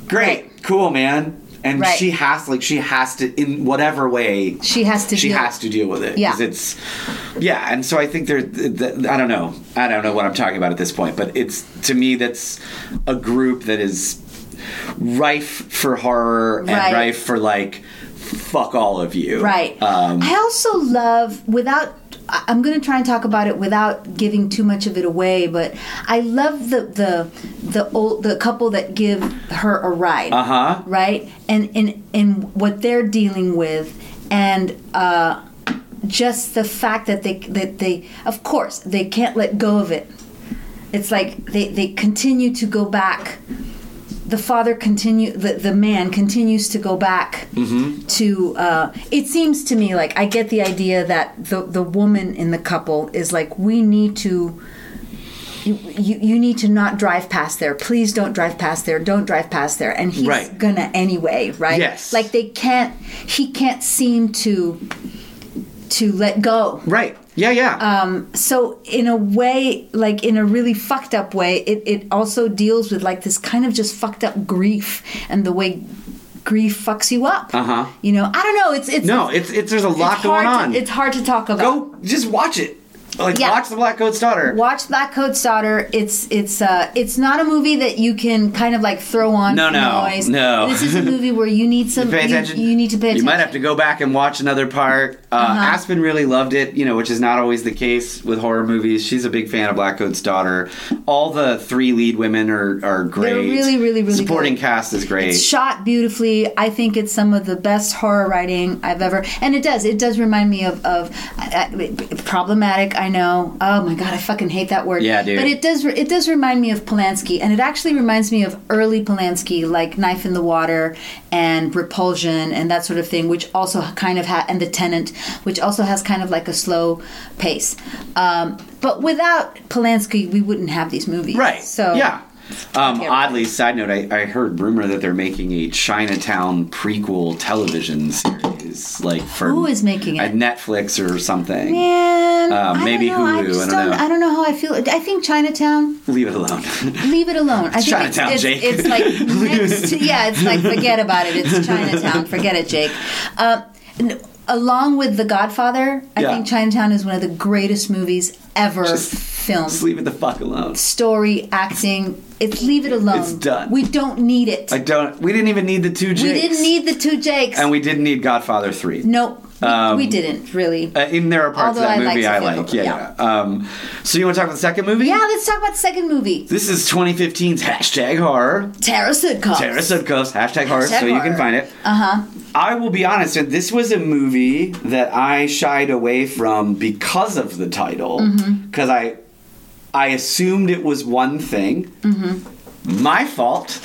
Speaker 2: Great, cool, man. And
Speaker 1: Right.
Speaker 2: she has like she has to in whatever way
Speaker 1: She has to.
Speaker 2: she
Speaker 1: deal-
Speaker 2: has to deal with it.
Speaker 1: Yeah.
Speaker 2: 'cause it's yeah, and so I think there. th- th- I don't know. I don't know what I'm talking about at this point, but it's to me that's a group that is rife for horror
Speaker 1: Right.
Speaker 2: and rife for like fuck all of you.
Speaker 1: Right.
Speaker 2: Um,
Speaker 1: I also love without. I- I'm going to try and talk about it without giving too much of it away, but I love the the the old the couple that give her a ride,
Speaker 2: uh huh.
Speaker 1: right? And and and what they're dealing with, and uh, just the fact that they that they of course they can't let go of it. It's like they they continue to go back. The father continue the, the man continues to go back
Speaker 2: Mm-hmm.
Speaker 1: to uh, it seems to me like I get the idea that the the woman in the couple is like we need to you, you, you need to not drive past there. Please don't drive past there. Don't drive past there. And he's
Speaker 2: Right.
Speaker 1: gonna anyway, right?
Speaker 2: Yes.
Speaker 1: Like they can't. He can't seem to to let go.
Speaker 2: Right. Yeah. Yeah.
Speaker 1: Um, So in a way, like in a really fucked up way, it it also deals with like this kind of just fucked up grief and the way grief fucks you up. Uh
Speaker 2: Uh-huh.
Speaker 1: You know, I don't know. It's it's
Speaker 2: no, it's it's there's a lot
Speaker 1: it's
Speaker 2: going
Speaker 1: hard
Speaker 2: on.
Speaker 1: To, it's hard to talk about.
Speaker 2: Go just watch it. Like
Speaker 1: Yeah.
Speaker 2: watch the Black Goat's Daughter.
Speaker 1: Watch Black Coat's Daughter. It's it's uh it's not a movie that you can kind of like throw on
Speaker 2: No,
Speaker 1: for
Speaker 2: no,
Speaker 1: noise.
Speaker 2: no.
Speaker 1: This is a movie where you need some
Speaker 2: pay
Speaker 1: you,
Speaker 2: attention.
Speaker 1: you need to pay attention. Uh-huh.
Speaker 2: You might have to go back and watch another part. Uh, Aspen really loved it, you know, which is not always the case with horror movies. She's a big fan of Black Coat's daughter. All the three lead women are, are great.
Speaker 1: really, really, really
Speaker 2: supporting
Speaker 1: good.
Speaker 2: cast is great.
Speaker 1: It's shot beautifully. I think it's some of the best horror writing I've ever. And it does. It does remind me of of I- I- problematic. I know. Oh my god, I fucking hate that word.
Speaker 2: Yeah, dude.
Speaker 1: But it does. It does remind me of Polanski, and it actually reminds me of early Polanski, like Knife in the Water and Repulsion and that sort of thing, which also kind of ha and The Tenant, which also has kind of like a slow pace. Um, but without Polanski, we wouldn't have these movies.
Speaker 2: right.
Speaker 1: So
Speaker 2: yeah. Um,
Speaker 1: Okay, right.
Speaker 2: oddly, side note, I, I heard rumor that they're making a Chinatown prequel television series, like for
Speaker 1: Who is making
Speaker 2: a
Speaker 1: it?
Speaker 2: Netflix or something.
Speaker 1: Man,
Speaker 2: Uh,
Speaker 1: I
Speaker 2: maybe
Speaker 1: don't know.
Speaker 2: Hulu,
Speaker 1: I, just
Speaker 2: I don't know.
Speaker 1: I don't know how I feel. I think Chinatown.
Speaker 2: Leave it alone.
Speaker 1: Leave it alone. I think
Speaker 2: Chinatown,
Speaker 1: it's,
Speaker 2: Jake.
Speaker 1: It's, it's like next. To, yeah, it's like forget about it. It's Chinatown. Forget it, Jake. Uh, n- along with The Godfather, I
Speaker 2: Yeah.
Speaker 1: think Chinatown is one of the greatest movies ever filmed.
Speaker 2: Just leave it the fuck alone.
Speaker 1: Story, acting. It's leave it alone.
Speaker 2: It's done.
Speaker 1: We don't need it.
Speaker 2: I don't. We didn't even need the two Jakes.
Speaker 1: we didn't need the two Jakes.
Speaker 2: And we Um, didn't need Godfather 3.
Speaker 1: nope. We, we didn't really.
Speaker 2: Uh, in there are parts
Speaker 1: Although
Speaker 2: of that
Speaker 1: I
Speaker 2: movie
Speaker 1: like Sophia
Speaker 2: I like.
Speaker 1: Coppola,
Speaker 2: Yeah.
Speaker 1: yeah.
Speaker 2: yeah. Um, so you want to talk about the second movie?
Speaker 1: yeah, let's talk about the second movie.
Speaker 2: This is 2015's hashtag horror.
Speaker 1: Tara Sudkoff.
Speaker 2: Tara Sudkoff's hashtag horror, so
Speaker 1: Hashtag
Speaker 2: you can
Speaker 1: horror. Uh-huh.
Speaker 2: find it. Uh huh. I will be honest, and this was a movie that I shied away from because of the title,
Speaker 1: Mm-hmm.
Speaker 2: because I, I assumed it was one thing.
Speaker 1: Mm-hmm.
Speaker 2: My fault.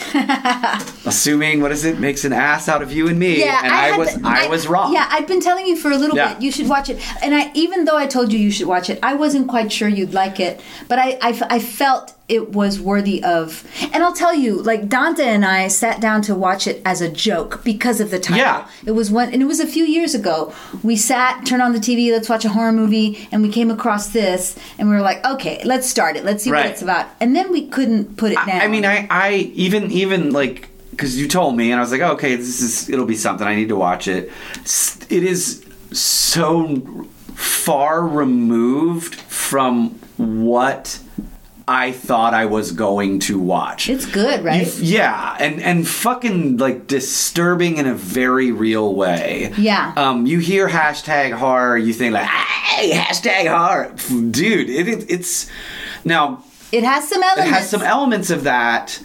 Speaker 2: Assuming what is it makes an ass out of you and me, and I,
Speaker 1: had
Speaker 2: was
Speaker 1: the-
Speaker 2: I, was wrong.
Speaker 1: Yeah, I'd been telling you for a little
Speaker 2: Yeah.
Speaker 1: bit you should watch it, and I even though I told you you should watch it, I wasn't quite sure you'd like it, but I I f- I felt it was worthy of. And I'll tell you, like Dante and I sat down to watch it as a joke because of the title.
Speaker 2: Yeah.
Speaker 1: it was one, and it was a few years ago. We sat, turned on the TV, let's watch a horror movie, and we came across this, and we were like, okay, let's start it, let's see what
Speaker 2: Right.
Speaker 1: it's about, and then we couldn't put it down.
Speaker 2: I mean, I, I even even like because you told me, and I was like, oh, okay, this is it'll be something. I need to watch it. S- It is so far removed from what I thought I was going to watch.
Speaker 1: it's good, right?
Speaker 2: You've- yeah, and and fucking like disturbing in a very real way.
Speaker 1: Yeah.
Speaker 2: Um, you hear hashtag horror, you think like, hey, hashtag horror, dude. It, it, it's now
Speaker 1: it has some elements.
Speaker 2: it has some elements of that.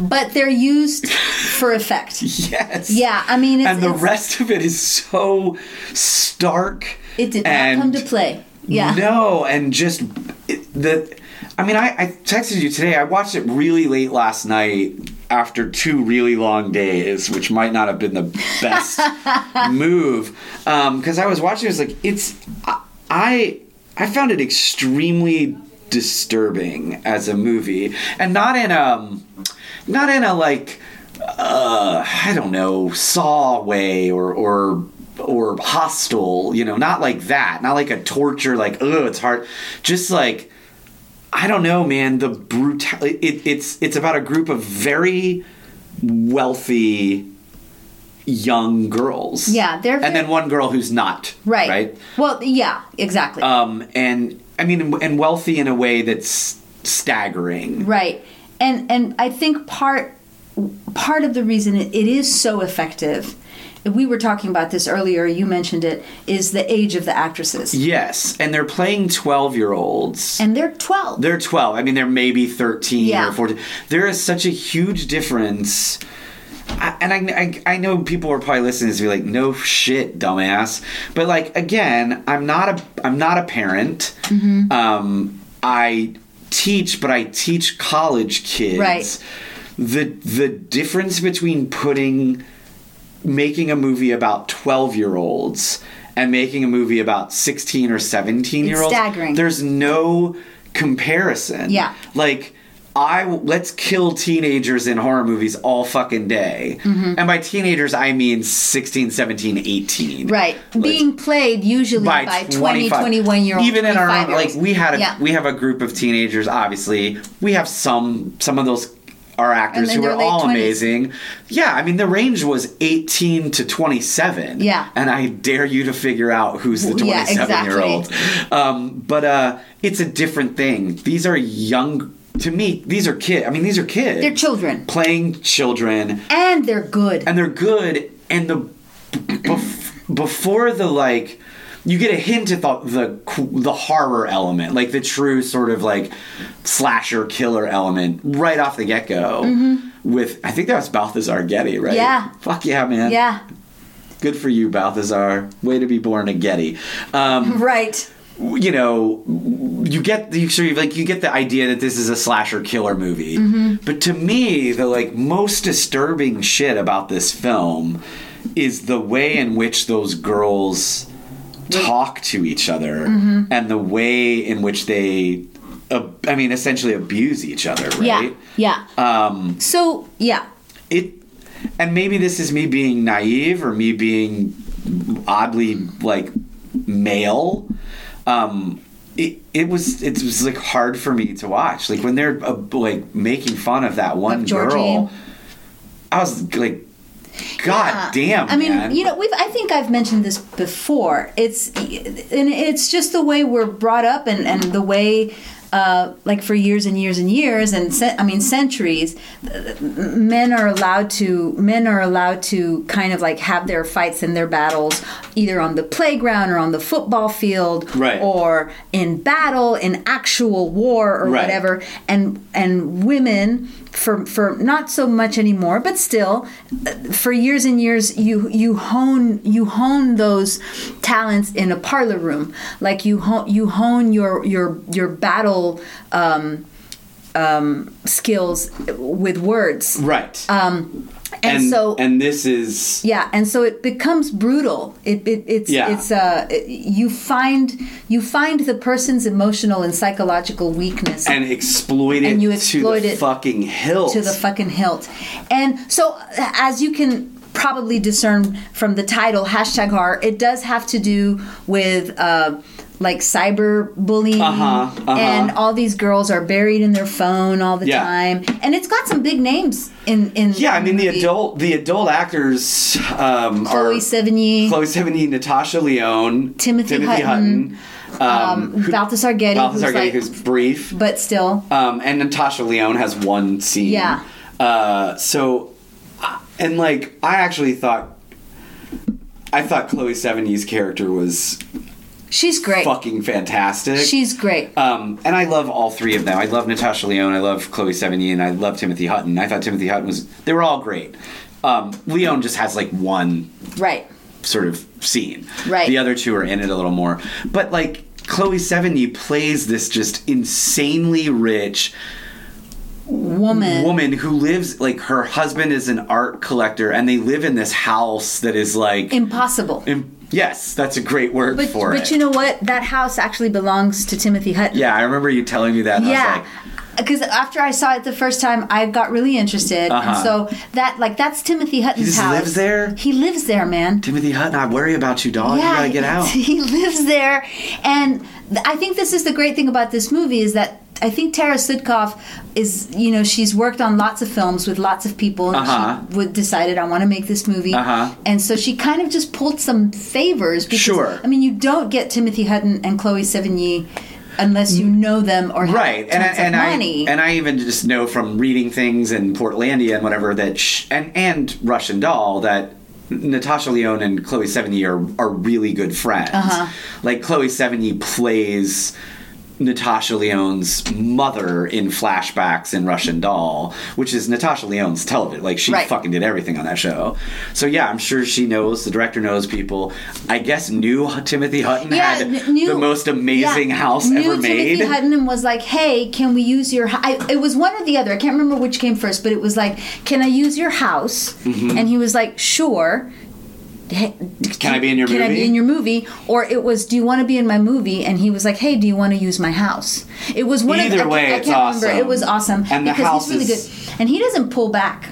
Speaker 1: but they're used for effect.
Speaker 2: Yes.
Speaker 1: Yeah, I mean, it's,
Speaker 2: and the
Speaker 1: it's-
Speaker 2: rest of it is so stark.
Speaker 1: it did not
Speaker 2: and
Speaker 1: come to play. Yeah,
Speaker 2: No, and just it, the. I mean, I, I texted you today. I watched it really late last night after two really long days, which might not have been the best move Um, because I was watching. It was like it's. I I found it extremely disturbing as a movie, and not in a not in a like uh, I don't know Saw way or or or hostile, you know, not like that, not like a torture, like oh, it's hard, just like. I don't know, man. The brutal. It, it's it's about a group of very wealthy young girls.
Speaker 1: Yeah, they're
Speaker 2: and then one girl who's not.
Speaker 1: Right.
Speaker 2: Right.
Speaker 1: Well, yeah, exactly.
Speaker 2: Um, and I mean, and wealthy in a way that's staggering.
Speaker 1: right. And and I think part part of the reason it, it is so effective. We were talking about this earlier. You mentioned it is the age of the actresses,
Speaker 2: Yes, and they're playing twelve-year-olds.
Speaker 1: and they're twelve.
Speaker 2: They're 12. I mean, they're maybe 13
Speaker 1: Yeah.
Speaker 2: or 14. There is such a huge difference. I, and I, I, I know people are probably listening to this and be like, no shit, dumbass. But like, again, I'm not a, I'm not a parent.
Speaker 1: Mm-hmm.
Speaker 2: Um, I teach, but I teach college kids.
Speaker 1: Right.
Speaker 2: The, the difference between putting, making a movie about 12 year olds and making a movie about 16 or 17 year olds.
Speaker 1: staggering.
Speaker 2: There's no comparison.
Speaker 1: Yeah.
Speaker 2: Like, I let's kill teenagers in horror movies all fucking day.
Speaker 1: Mm-hmm.
Speaker 2: And by teenagers, I mean 16, 17, 18.
Speaker 1: Right. Being played usually by, 20,
Speaker 2: 25.
Speaker 1: 21 year olds.
Speaker 2: Even in our own, like we had a
Speaker 1: Yeah.
Speaker 2: we have a group of teenagers. Obviously, we have some some of those are actors
Speaker 1: And
Speaker 2: who
Speaker 1: they're
Speaker 2: are
Speaker 1: late
Speaker 2: all
Speaker 1: 20s.
Speaker 2: amazing. Yeah, I mean the range was eighteen to twenty seven.
Speaker 1: Yeah.
Speaker 2: and I dare you to figure out who's the
Speaker 1: Yeah,
Speaker 2: twenty seven year old. Um, but uh, it's a different thing. These are young. To me, these are kids. I mean, these are kids.
Speaker 1: They're children.
Speaker 2: playing children
Speaker 1: And they're good.
Speaker 2: and they're good and the bef- before the like you get a hint at the, the the horror element like the true sort of like slasher killer element right off the get-go with i think that was balthazar getty right
Speaker 1: Mm-hmm. Yeah.
Speaker 2: fuck yeah man
Speaker 1: yeah.
Speaker 2: good for you balthazar way to be born a getty um
Speaker 1: Right.
Speaker 2: you know you get the sort of like you get the idea that this is a slasher killer movie but to me the like most disturbing shit about this film is the way in which those girls talk to each other and the way in which they ab- i mean essentially abuse each other
Speaker 1: Yeah.
Speaker 2: right
Speaker 1: Yeah. Um, so, yeah.
Speaker 2: it and maybe this is me being naive or me being oddly like male um it, it was it was like hard for me to watch like when they're uh, like making fun of that one
Speaker 1: Of Georgie.
Speaker 2: girl i was like god
Speaker 1: Yeah.
Speaker 2: damn
Speaker 1: I mean,
Speaker 2: man.
Speaker 1: you know, we've. I think I've mentioned this before. It's and it's just the way we're brought up, and and the way. Uh, like for years and years and years, and cen- I mean centuries, uh, men are allowed to men are allowed to kind of like have their fights and their battles either on the playground or on the football field,
Speaker 2: Right.
Speaker 1: or in battle, in actual war or
Speaker 2: Right.
Speaker 1: whatever. And and women for for not so much anymore, but still for years and years you you hone you hone those talents in a parlor room like you hone you hone your your your battle um, um, skills with words
Speaker 2: right um
Speaker 1: and so-
Speaker 2: and this is
Speaker 1: yeah and so it becomes brutal it, it it's
Speaker 2: Yeah.
Speaker 1: it's uh you find you find the person's emotional and psychological weakness
Speaker 2: and exploited
Speaker 1: And you
Speaker 2: to
Speaker 1: exploit
Speaker 2: the
Speaker 1: it
Speaker 2: fucking hilt
Speaker 1: to the fucking hilt. And so, as you can probably discern from the title, hashtag horror, it does have to do with. Uh, like cyber bullying
Speaker 2: Uh-huh, uh-huh.
Speaker 1: and all these girls are buried in their phone all the
Speaker 2: Yeah.
Speaker 1: time and it's got some big names in in
Speaker 2: yeah i mean the
Speaker 1: movie.
Speaker 2: adult the adult actors um
Speaker 1: Chloe
Speaker 2: are
Speaker 1: Sevigny,
Speaker 2: Chloe Sevigny, Natasha Leone,
Speaker 1: Timothy
Speaker 2: Hutton, um,
Speaker 1: um, Balthasar Getty,
Speaker 2: Balthazar
Speaker 1: who's
Speaker 2: Getty,
Speaker 1: like-
Speaker 2: who's brief,
Speaker 1: but still
Speaker 2: um, and Natasha Leone has one scene.
Speaker 1: Yeah.
Speaker 2: Uh, so, uh, and like, I actually thought, I thought Chloe Sevigny's character was
Speaker 1: she's great
Speaker 2: fucking fantastic.
Speaker 1: she's great
Speaker 2: Um, and I love all three of them. I love Natasha Leone, I love Chloe Sevigny, and I love Timothy Hutton. I thought Timothy Hutton was, they were all great. Um, Leone just has like one
Speaker 1: right
Speaker 2: sort of scene.
Speaker 1: Right.
Speaker 2: The other two are in it a little more. But like Chloe Sevigny plays this just insanely rich
Speaker 1: woman
Speaker 2: woman who lives like her husband is an art collector and they live in this house that is like
Speaker 1: impossible
Speaker 2: im- Yes, that's a great word
Speaker 1: But,
Speaker 2: for
Speaker 1: but
Speaker 2: it.
Speaker 1: you know what? That house actually belongs to Timothy Hutton.
Speaker 2: yeah, I remember you telling me that. And I was
Speaker 1: Yeah.
Speaker 2: like,
Speaker 1: Because after I saw it the first time, I got really interested,
Speaker 2: Uh-huh.
Speaker 1: and so that like that's Timothy Hutton's
Speaker 2: just
Speaker 1: house.
Speaker 2: lives there?
Speaker 1: He lives there, man.
Speaker 2: Timothy Hutton, I worry about you, dog. you gotta get out.
Speaker 1: He lives there, and th- I think this is the great thing about this movie is that I think Tara Sudkoff is you know she's worked on lots of films with lots of people, and
Speaker 2: Uh-huh.
Speaker 1: she would decided I want to make this movie,
Speaker 2: Uh-huh.
Speaker 1: and so she kind of just pulled some favors. Because,
Speaker 2: Sure.
Speaker 1: I mean you don't get Timothy Hutton and Chloe Sevigny unless you know them or have
Speaker 2: right and I,
Speaker 1: tons of
Speaker 2: and I
Speaker 1: money.
Speaker 2: and I even just know from reading things in Portlandia and whatever that sh- and and Russian Doll that Natasha Leone and Chloe Sevigny are are really good friends.
Speaker 1: Uh-huh.
Speaker 2: Like Chloe Sevigny plays Natasha Leone's mother in flashbacks in Russian Doll, which is Natasha Leone's television. Like she
Speaker 1: Right.
Speaker 2: fucking did everything on that show. So yeah, I'm sure she knows. The director knows people. I guess knew Timothy Hutton had
Speaker 1: n- new-
Speaker 2: the most amazing
Speaker 1: yeah,
Speaker 2: house
Speaker 1: new
Speaker 2: ever made.
Speaker 1: Timothy Hutton and was like, "Hey, can we use your?" hou- I, it was one or the other. I can't remember which came first, but it was like, "Can I use your house?" And he was like, "Sure." Hey,
Speaker 2: Mm-hmm. Can I be in your
Speaker 1: Can I
Speaker 2: movie?
Speaker 1: be in your movie? Or it was, do you want to be in my movie? And he was like, hey, do you want to use my house? It was one of
Speaker 2: Either
Speaker 1: the, I can't-
Speaker 2: way,
Speaker 1: I,
Speaker 2: it's
Speaker 1: can't
Speaker 2: awesome.
Speaker 1: remember. It was awesome.
Speaker 2: And the
Speaker 1: because
Speaker 2: house
Speaker 1: he's really
Speaker 2: is-
Speaker 1: good. And he doesn't pull back.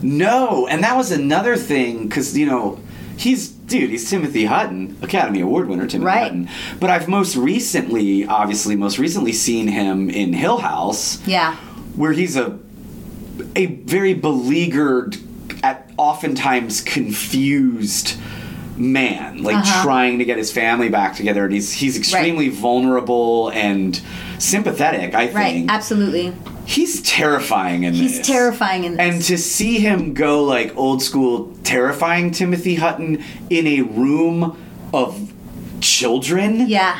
Speaker 2: No, and that was another thing because you know he's dude he's Timothy Hutton, Academy Award winner Timothy
Speaker 1: Right.
Speaker 2: Hutton. But I've most recently, obviously, most recently seen him in Hill House,
Speaker 1: Yeah.
Speaker 2: where he's a a very beleaguered, at oftentimes confused man, like
Speaker 1: Uh-huh.
Speaker 2: trying to get his family back together, and he's he's extremely vulnerable and sympathetic. I
Speaker 1: Right.
Speaker 2: think
Speaker 1: Absolutely.
Speaker 2: he's terrifying in
Speaker 1: He's
Speaker 2: this.
Speaker 1: terrifying in this.
Speaker 2: And to see him go like old school terrifying Timothy Hutton in a room of children
Speaker 1: yeah.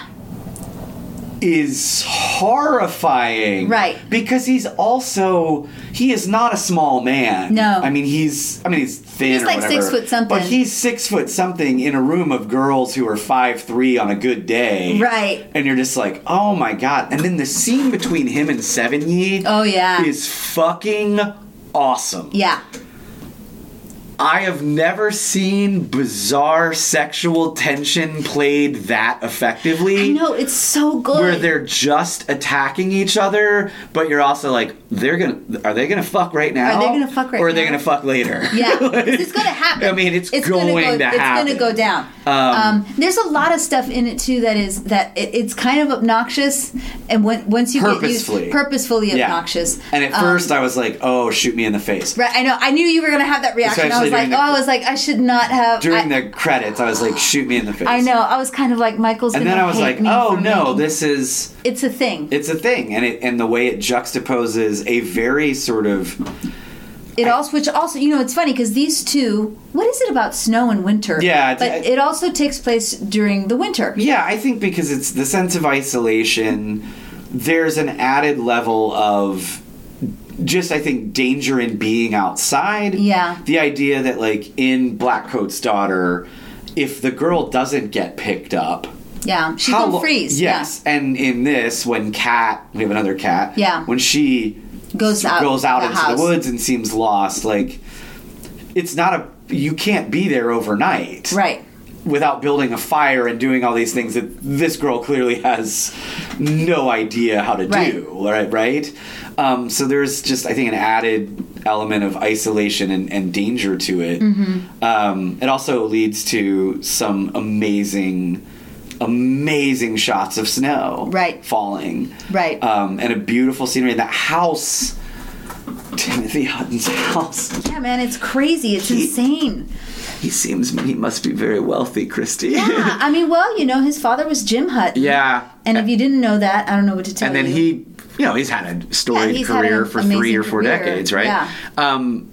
Speaker 2: is horrifying.
Speaker 1: Right.
Speaker 2: Because he's also he is not a small man.
Speaker 1: No.
Speaker 2: I mean he's I mean he's thin
Speaker 1: He's
Speaker 2: or
Speaker 1: like
Speaker 2: whatever,
Speaker 1: six foot something.
Speaker 2: But he's six foot something in a room of girls who are five three on a good day.
Speaker 1: Right.
Speaker 2: And you're just like, oh my god. And then the scene between him and Seven Yee
Speaker 1: Oh, yeah.
Speaker 2: is fucking awesome.
Speaker 1: Yeah.
Speaker 2: I have never seen bizarre sexual tension played that
Speaker 1: I
Speaker 2: effectively.
Speaker 1: know. It's so good.
Speaker 2: Where they're just attacking each other, but you're also like, they're gonna, are they gonna fuck right now?
Speaker 1: Are they gonna fuck right
Speaker 2: Or are they
Speaker 1: now?
Speaker 2: gonna fuck later?
Speaker 1: Yeah, 'cause it's going to happen.
Speaker 2: I mean, it's
Speaker 1: gonna
Speaker 2: going
Speaker 1: go,
Speaker 2: to happen.
Speaker 1: It's going to go down. Um, there's a lot of stuff in it too that is that it, it's kind of obnoxious, and when, once you get
Speaker 2: Purposefully.
Speaker 1: used, purposefully
Speaker 2: Yeah.
Speaker 1: obnoxious.
Speaker 2: And at
Speaker 1: Um,
Speaker 2: first, I was like, "Oh, shoot me in the face!"
Speaker 1: right? I know. I knew you were going to have that reaction. I
Speaker 2: Especially
Speaker 1: was like,
Speaker 2: during the-
Speaker 1: oh, I was like, I should not have.
Speaker 2: During
Speaker 1: I,
Speaker 2: the credits, I was like, "Shoot me in the face!"
Speaker 1: I know. I was kind of like Michael's.
Speaker 2: And
Speaker 1: gonna
Speaker 2: then I was
Speaker 1: hate
Speaker 2: like,
Speaker 1: me
Speaker 2: "Oh
Speaker 1: for
Speaker 2: no,
Speaker 1: making-
Speaker 2: this is
Speaker 1: it's a thing.
Speaker 2: it's a thing," and it and the way it juxtaposes a very sort of
Speaker 1: It also, which also, you know, it's funny because these two. What is it about snow and winter?
Speaker 2: Yeah, it's-
Speaker 1: but it also takes place during the winter.
Speaker 2: Yeah, I think because it's the sense of isolation, there's an added level of just I think danger in being outside.
Speaker 1: Yeah.
Speaker 2: The idea that like in Blackcoat's daughter, if the girl doesn't get picked up,
Speaker 1: Yeah, she
Speaker 2: how
Speaker 1: can
Speaker 2: lo-
Speaker 1: freeze.
Speaker 2: Yes. And in this when Cat, we have another cat.
Speaker 1: Yeah.
Speaker 2: When she
Speaker 1: yeah. goes out.
Speaker 2: goes out
Speaker 1: the
Speaker 2: into
Speaker 1: house.
Speaker 2: the woods and seems lost, like it's not a you can't be there overnight
Speaker 1: Right.
Speaker 2: without building a fire and doing all these things that this girl clearly has no idea how to
Speaker 1: Right.
Speaker 2: do right right um, so there's just i think an added element of isolation and, and danger to it
Speaker 1: Mm-hmm.
Speaker 2: um, it also leads to some amazing amazing shots of snow
Speaker 1: Right.
Speaker 2: falling
Speaker 1: Right.
Speaker 2: um, and a beautiful scenery and that house timothy hutton's house
Speaker 1: Yeah, man, it's crazy. It's insane.
Speaker 2: he seems he must be very wealthy christy
Speaker 1: Yeah, I mean, well, you know, his father was Jim Hutton.
Speaker 2: Yeah.
Speaker 1: And if you didn't know that, I don't know what to tell
Speaker 2: and then
Speaker 1: you.
Speaker 2: he, you know, he's had a storied
Speaker 1: Yeah, he's had
Speaker 2: career
Speaker 1: an
Speaker 2: for three
Speaker 1: amazing
Speaker 2: or four
Speaker 1: career.
Speaker 2: decades, right?
Speaker 1: Yeah.
Speaker 2: Um,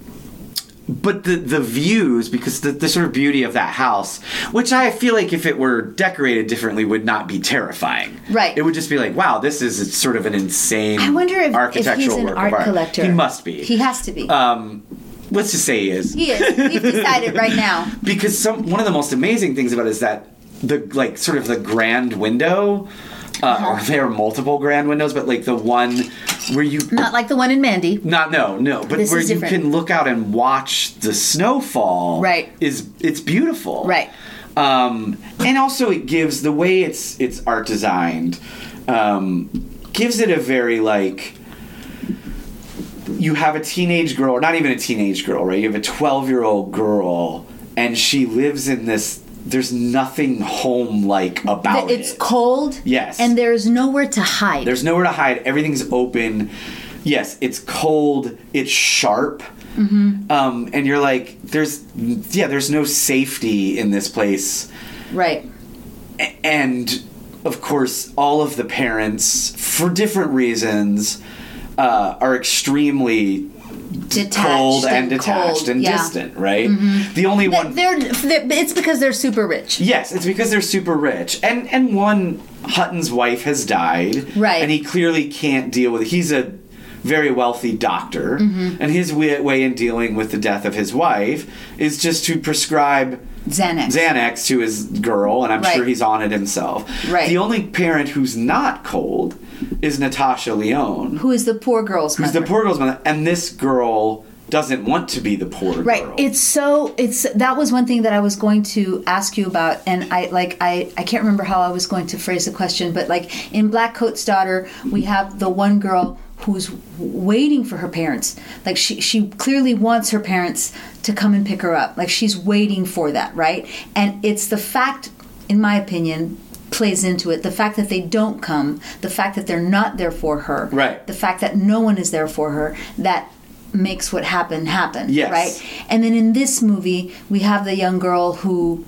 Speaker 2: but the the views, because the, the sort of beauty of that house, which I feel like if it were decorated differently, would not be terrifying.
Speaker 1: Right.
Speaker 2: It would just be like, wow, this is sort of an insane.
Speaker 1: I wonder if, if
Speaker 2: architectural
Speaker 1: he's an
Speaker 2: work
Speaker 1: art,
Speaker 2: of art
Speaker 1: collector.
Speaker 2: He must be.
Speaker 1: He has to be.
Speaker 2: um, let's just say he is
Speaker 1: he is. We've decided right now.
Speaker 2: because some one of the most amazing things about it is that the like sort of the grand window
Speaker 1: Uh-huh.
Speaker 2: uh, or there are multiple grand windows but like the one where you
Speaker 1: Not like the one in Mandy.
Speaker 2: not no no but
Speaker 1: This
Speaker 2: where
Speaker 1: is
Speaker 2: you
Speaker 1: different.
Speaker 2: can look out and watch the snowfall
Speaker 1: Right.
Speaker 2: is it's beautiful
Speaker 1: Right.
Speaker 2: um, and also it gives the way it's it's art designed um, gives it a very like you have a teenage girl, not even a teenage girl, right? You have a 12 year old girl, and she lives in this. There's nothing home like about
Speaker 1: That it's
Speaker 2: it.
Speaker 1: cold.
Speaker 2: Yes.
Speaker 1: And there's nowhere to hide.
Speaker 2: There's nowhere to hide. Everything's open. Yes, it's cold. It's sharp.
Speaker 1: Mm-hmm.
Speaker 2: Um, and you're like, there's, yeah, there's no safety in this place.
Speaker 1: right.
Speaker 2: A- And of course, all of the parents, for different reasons, uh, are extremely
Speaker 1: Detached
Speaker 2: cold and, detached
Speaker 1: cold,
Speaker 2: and
Speaker 1: yeah. Mm-hmm.
Speaker 2: distant, right? The only
Speaker 1: But
Speaker 2: one.
Speaker 1: They're, they're, it's because they're super rich.
Speaker 2: Yes, it's because they're super rich, and and one Hutton's wife has died,
Speaker 1: Right.
Speaker 2: And he clearly can't deal with. He's a very wealthy doctor,
Speaker 1: Mm-hmm.
Speaker 2: and his way, way in dealing with the death of his wife is just to prescribe
Speaker 1: Xanax.
Speaker 2: Xanax to his girl, and I'm
Speaker 1: Right.
Speaker 2: sure he's on it himself.
Speaker 1: Right.
Speaker 2: The only parent who's not cold is Natasha Leone,
Speaker 1: Who is the poor girl's
Speaker 2: who's
Speaker 1: mother.
Speaker 2: the poor girl's mother, and this girl doesn't want to be the poor
Speaker 1: Right.
Speaker 2: girl.
Speaker 1: It's so it's that was one thing that I was going to ask you about and I like I I can't remember how I was going to phrase the question but like in Black Coat's Daughter we have the one girl who's waiting for her parents. Like she she clearly wants her parents to come and pick her up. Like she's waiting for that, right? And it's the fact in my opinion plays into it the fact that they don't come the fact that they're not there for her
Speaker 2: Right.
Speaker 1: the fact that no one is there for her that makes what happened happen
Speaker 2: Yes.
Speaker 1: right and then in this movie, we have the young girl who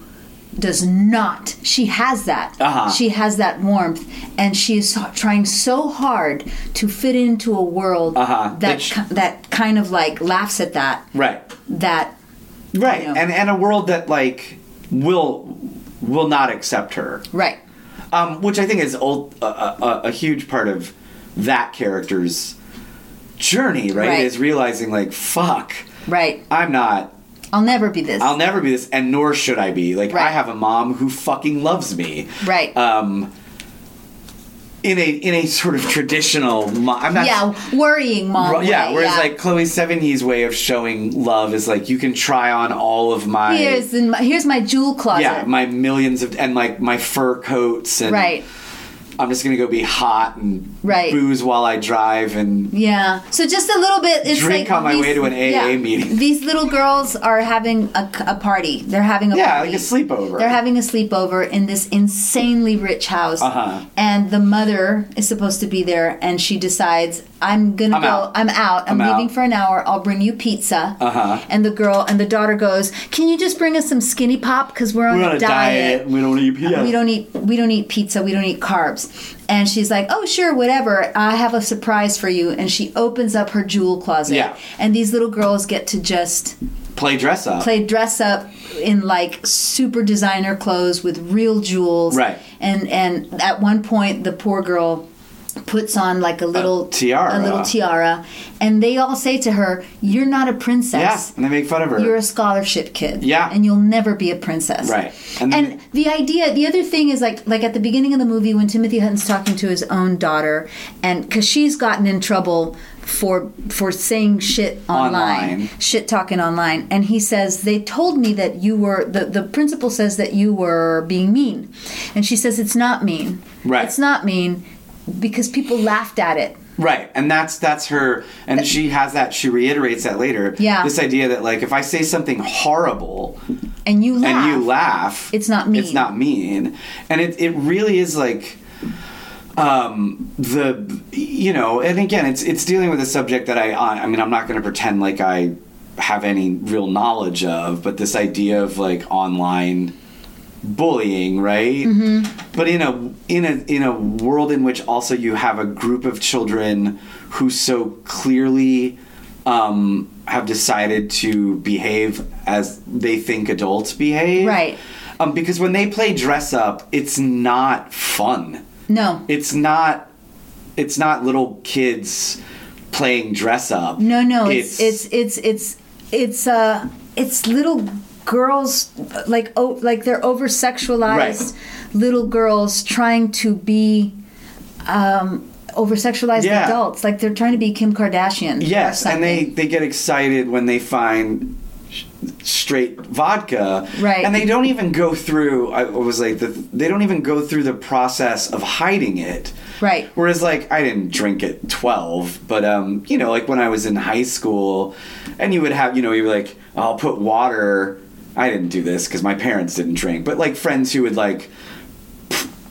Speaker 1: does not. She has that.
Speaker 2: Uh-huh.
Speaker 1: She has that warmth, and she is so- trying so hard to fit into a world
Speaker 2: Uh-huh.
Speaker 1: that
Speaker 2: Which-
Speaker 1: ki- that kind of like laughs at that.
Speaker 2: right.
Speaker 1: That
Speaker 2: right
Speaker 1: you know.
Speaker 2: and and a world that like will will not accept her
Speaker 1: right.
Speaker 2: um which i think is old, a, a, a- a huge part of that character's journey right,
Speaker 1: Right.
Speaker 2: is realizing like fuck
Speaker 1: Right.
Speaker 2: i'm not
Speaker 1: I'll never be this.
Speaker 2: i'll never be this and nor should i be like i
Speaker 1: Right.
Speaker 2: have a mom who fucking loves me
Speaker 1: Right.
Speaker 2: um in a in a sort of traditional mo- i'm not
Speaker 1: yeah, worrying mom.
Speaker 2: Right, yeah,
Speaker 1: way,
Speaker 2: whereas like Chloe Sevigny's way of showing love is like you can try on all of my
Speaker 1: here's in my, here's my jewel closet.
Speaker 2: yeah, my millions of and like my fur coats and
Speaker 1: right.
Speaker 2: I'm just gonna go be hot and
Speaker 1: Right.
Speaker 2: booze while I drive and
Speaker 1: Yeah. So just a little bit. It's
Speaker 2: Drink
Speaker 1: like
Speaker 2: on my way to an AA meeting.
Speaker 1: These little girls are having a, c- a party. They're having a
Speaker 2: yeah,
Speaker 1: party.
Speaker 2: like a sleepover.
Speaker 1: They're having a sleepover in this insanely rich house,
Speaker 2: Uh-huh.
Speaker 1: and the mother is supposed to be there, and she decides, "I'm gonna
Speaker 2: I'm
Speaker 1: go.
Speaker 2: out.
Speaker 1: I'm out. I'm,
Speaker 2: I'm
Speaker 1: leaving
Speaker 2: out."
Speaker 1: for an hour. I'll bring you pizza."
Speaker 2: Uh-huh.
Speaker 1: And the girl and the daughter goes, "Can you just bring us some skinny pop? Because we're on,
Speaker 2: We're on a diet. We don't eat. Yeah.
Speaker 1: we don't eat we don't eat pizza we don't eat carbs and she's like oh sure whatever i have a surprise for you and she opens up her jewel closet
Speaker 2: Yeah.
Speaker 1: and these little girls get to just
Speaker 2: play dress up.
Speaker 1: play dress up in like super designer clothes with real jewels
Speaker 2: Right.
Speaker 1: and and at one point the poor girl puts on like a little
Speaker 2: tiara.
Speaker 1: a little tiara and they all say to her you're not a
Speaker 2: yeah,
Speaker 1: princess
Speaker 2: and they make fun of her.
Speaker 1: you're a scholarship kid.
Speaker 2: Yeah.
Speaker 1: And you'll never be a princess.
Speaker 2: Right.
Speaker 1: And,
Speaker 2: And-
Speaker 1: the idea, the other thing is like, like at the beginning of the movie when Timothy Hutton's talking to his own daughter, and because she's gotten in trouble for for saying shit online,
Speaker 2: Online.
Speaker 1: shit talking online, and he says they told me that you were the the principal says that you were being mean, and she says it's not mean.
Speaker 2: Right.
Speaker 1: It's not mean because people laughed at it.
Speaker 2: right, and that's that's her, and she has that. She reiterates that later.
Speaker 1: Yeah.
Speaker 2: this idea that like if I say something horrible,
Speaker 1: And you laugh.
Speaker 2: and you laugh
Speaker 1: It's not mean.
Speaker 2: it's not mean and it, it really is like um the you know and again it's it's dealing with a subject that i i mean i'm not going to pretend like i have any real knowledge of but this idea of like online bullying right
Speaker 1: Mm-hmm.
Speaker 2: but in a in a in a world in which also you have a group of children who so clearly um, have decided to behave as they think adults behave
Speaker 1: Right.
Speaker 2: um, because when they play dress up it's not fun
Speaker 1: No.
Speaker 2: it's not it's not little kids playing dress up
Speaker 1: No, no, it's it's it's it's it's uh it's little girls like oh like they're over sexualized little girls trying to be um over sexualized
Speaker 2: Yeah.
Speaker 1: adults like they're trying to be Kim Kardashian. or
Speaker 2: Yes, and they
Speaker 1: something.
Speaker 2: they get excited when they find straight vodka.
Speaker 1: Right.
Speaker 2: And they don't even go through. I was like, the, they don't even go through the process of hiding it.
Speaker 1: Right.
Speaker 2: Whereas, like, I didn't drink at twelve, but um, you know, like when I was in high school, and you would have, you know, you were like, I'll put water. I didn't do this because my parents didn't drink, but like friends who would like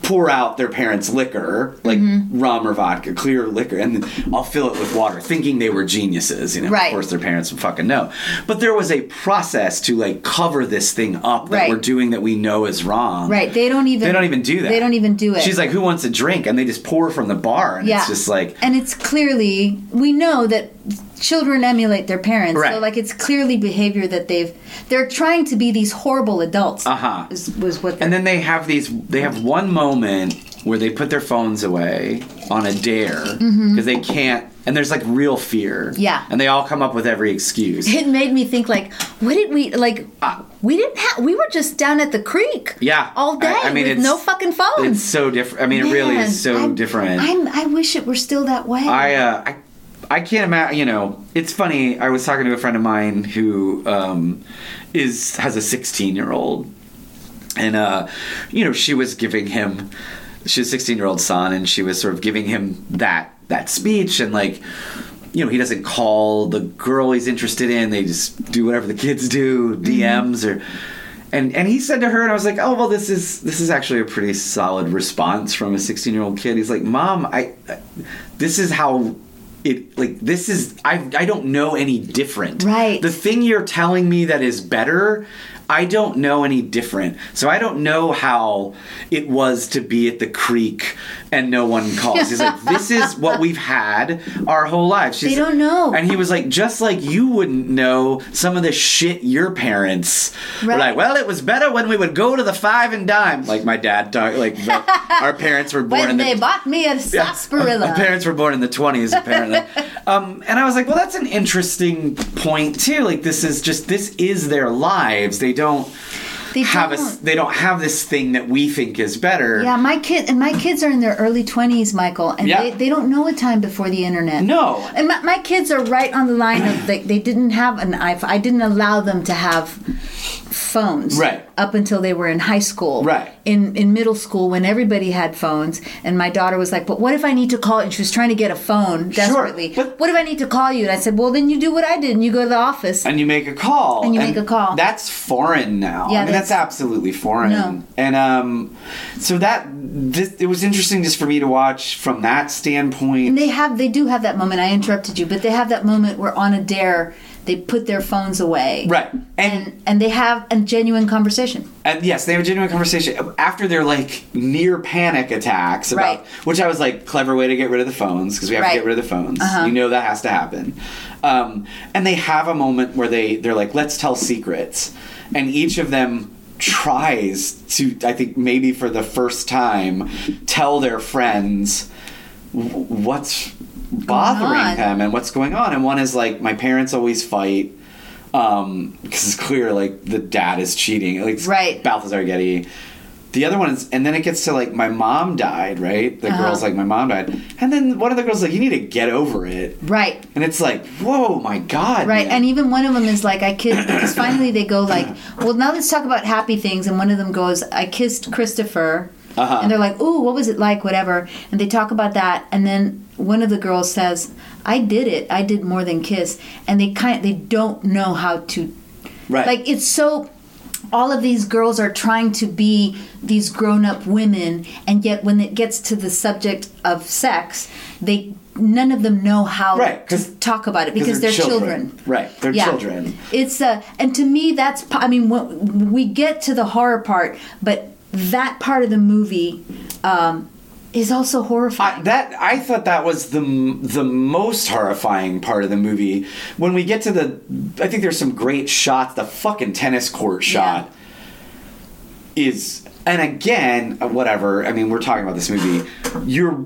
Speaker 2: pour out their parents' liquor, like
Speaker 1: Mm-hmm.
Speaker 2: rum or vodka, clear liquor, and then I'll fill it with water, thinking they were geniuses. You know,
Speaker 1: Right.
Speaker 2: of course their parents would fucking know. But there was a process to like cover this thing up that
Speaker 1: Right.
Speaker 2: we're doing that we know is wrong.
Speaker 1: Right. They don't even.
Speaker 2: They don't even do that.
Speaker 1: They don't even do it.
Speaker 2: She's like, "Who wants a drink?" And they just pour from the bar, and it's just like,
Speaker 1: and it's clearly we know that children emulate their parents
Speaker 2: Right.
Speaker 1: so like it's clearly behavior that they've they're trying to be these horrible adults
Speaker 2: Uh-huh.
Speaker 1: is, was what
Speaker 2: And
Speaker 1: they're-
Speaker 2: then they have these. They have one moment where they put their phones away on a dare because they can't. And there's like real fear.
Speaker 1: Mm-hmm. Yeah.
Speaker 2: And they all come up with every excuse.
Speaker 1: it made me think like what did we like uh, we didn't have we were just down at the creek
Speaker 2: Yeah.
Speaker 1: all day
Speaker 2: I- I mean,
Speaker 1: with
Speaker 2: it's-
Speaker 1: no fucking phones
Speaker 2: It's so different. I mean, it really
Speaker 1: Oh, Man,
Speaker 2: is so
Speaker 1: I'm-
Speaker 2: different.
Speaker 1: I'm, I wish it were still that way
Speaker 2: I, uh, I I can't imagine. You know, it's funny. I was talking to a friend of mine who um, is has a 16 year old, and uh, you know, she was giving him she's 16 year old son, and she was sort of giving him that that speech and like. You know, he doesn't call the girl he's interested in. They just do whatever the kids do, DMs or, and and he said to her, and I was like, oh well, this is this is actually a pretty solid response from a 16 year old kid. He's like, mom, I, I this is how it like this is I I don't know any different.
Speaker 1: Right.
Speaker 2: The thing you're telling me that is better, I don't know any different. So I don't know how it was to be at the creek and no one calls. He's like, this is what we've had our whole lives. She's,
Speaker 1: They don't know.
Speaker 2: And he was like, just like you wouldn't know some of the shit your parents were
Speaker 1: Right.
Speaker 2: like. Well, it was better when we would go to the five and dime. Like my dad, talk, like the, our parents were born
Speaker 1: when
Speaker 2: in the
Speaker 1: they bought me a sarsaparilla
Speaker 2: my parents were born in the 20s, apparently. um, and I was like, well, that's an interesting point too. Like, this is just this is their lives. They don't
Speaker 1: They
Speaker 2: have a
Speaker 1: don't.
Speaker 2: s They don't have this thing that we think is better.
Speaker 1: Yeah, my kid and my kids are in their early twenties, Michael, and
Speaker 2: Yeah.
Speaker 1: they, they don't know a time before the internet.
Speaker 2: No.
Speaker 1: and my, my kids are right on the line of like they didn't have an iPhone. I didn't allow them to have phones
Speaker 2: Right.
Speaker 1: up until they were in high school.
Speaker 2: Right.
Speaker 1: in in middle school when everybody had phones, and my daughter was like, "But what if I need to call?" And she was trying to get a phone desperately.
Speaker 2: but-
Speaker 1: What if I need to call you? And I said, "Well, then you do what I did, and you go to the office."
Speaker 2: And you make a call.
Speaker 1: And you make a call.
Speaker 2: That's foreign now.
Speaker 1: Yeah,
Speaker 2: I mean, that's,
Speaker 1: that's-
Speaker 2: absolutely foreign.
Speaker 1: No.
Speaker 2: And um, so that this, it was interesting just for me to watch from that standpoint.
Speaker 1: And they have they do have that moment. I interrupted you, but they have that moment where on a dare they put their phones away.
Speaker 2: Right. And
Speaker 1: And and they have a genuine conversation.
Speaker 2: And yes, they have a genuine conversation after their like near panic attacks about
Speaker 1: Right.
Speaker 2: which I was like clever way to get rid of the phones because we have to get
Speaker 1: Right. Uh-huh.
Speaker 2: rid of the phones. You know that has to happen. Um, and they have a moment where they they're like let's tell secrets, and each of them tries to I think maybe for the first time tell their friends w- what's bothering
Speaker 1: on.
Speaker 2: them and what's going on. And one is like my parents always fight. Um, because it's clear, like the dad is cheating. Like it's
Speaker 1: Right.
Speaker 2: Balthazar Getty. The other one is, and then it gets to like my mom died, right? The
Speaker 1: Uh-huh.
Speaker 2: girl's like my mom died, and then one of the girls like you need to get over it,
Speaker 1: Right.
Speaker 2: and it's like whoa, my god,
Speaker 1: Right.
Speaker 2: man.
Speaker 1: And even one of them is like, I kissed because finally they go like, well, now let's talk about happy things. And one of them goes, I kissed Christopher.
Speaker 2: Uh-huh.
Speaker 1: And they're like, ooh, what was it like? Whatever. And they talk about that. And then one of the girls says, I did it. I did more than kiss. And they kind they don't know how to
Speaker 2: right,
Speaker 1: Like it's so all of these girls are trying to be these grown-up women and yet when it gets to the subject of sex, they none of them know how
Speaker 2: Right, 'cause-
Speaker 1: to talk about it because they're, children.
Speaker 2: right? They're
Speaker 1: Yeah.
Speaker 2: children.
Speaker 1: It's uh and to me that's p- I mean when we get to the horror part, but that part of the movie um is also horrifying.
Speaker 2: I, that I thought that was the m- the most horrifying part of the movie. When we get to the, I think there's some great shots. The fucking tennis court shot is, and again, uh, whatever. I mean, we're talking about this movie. Your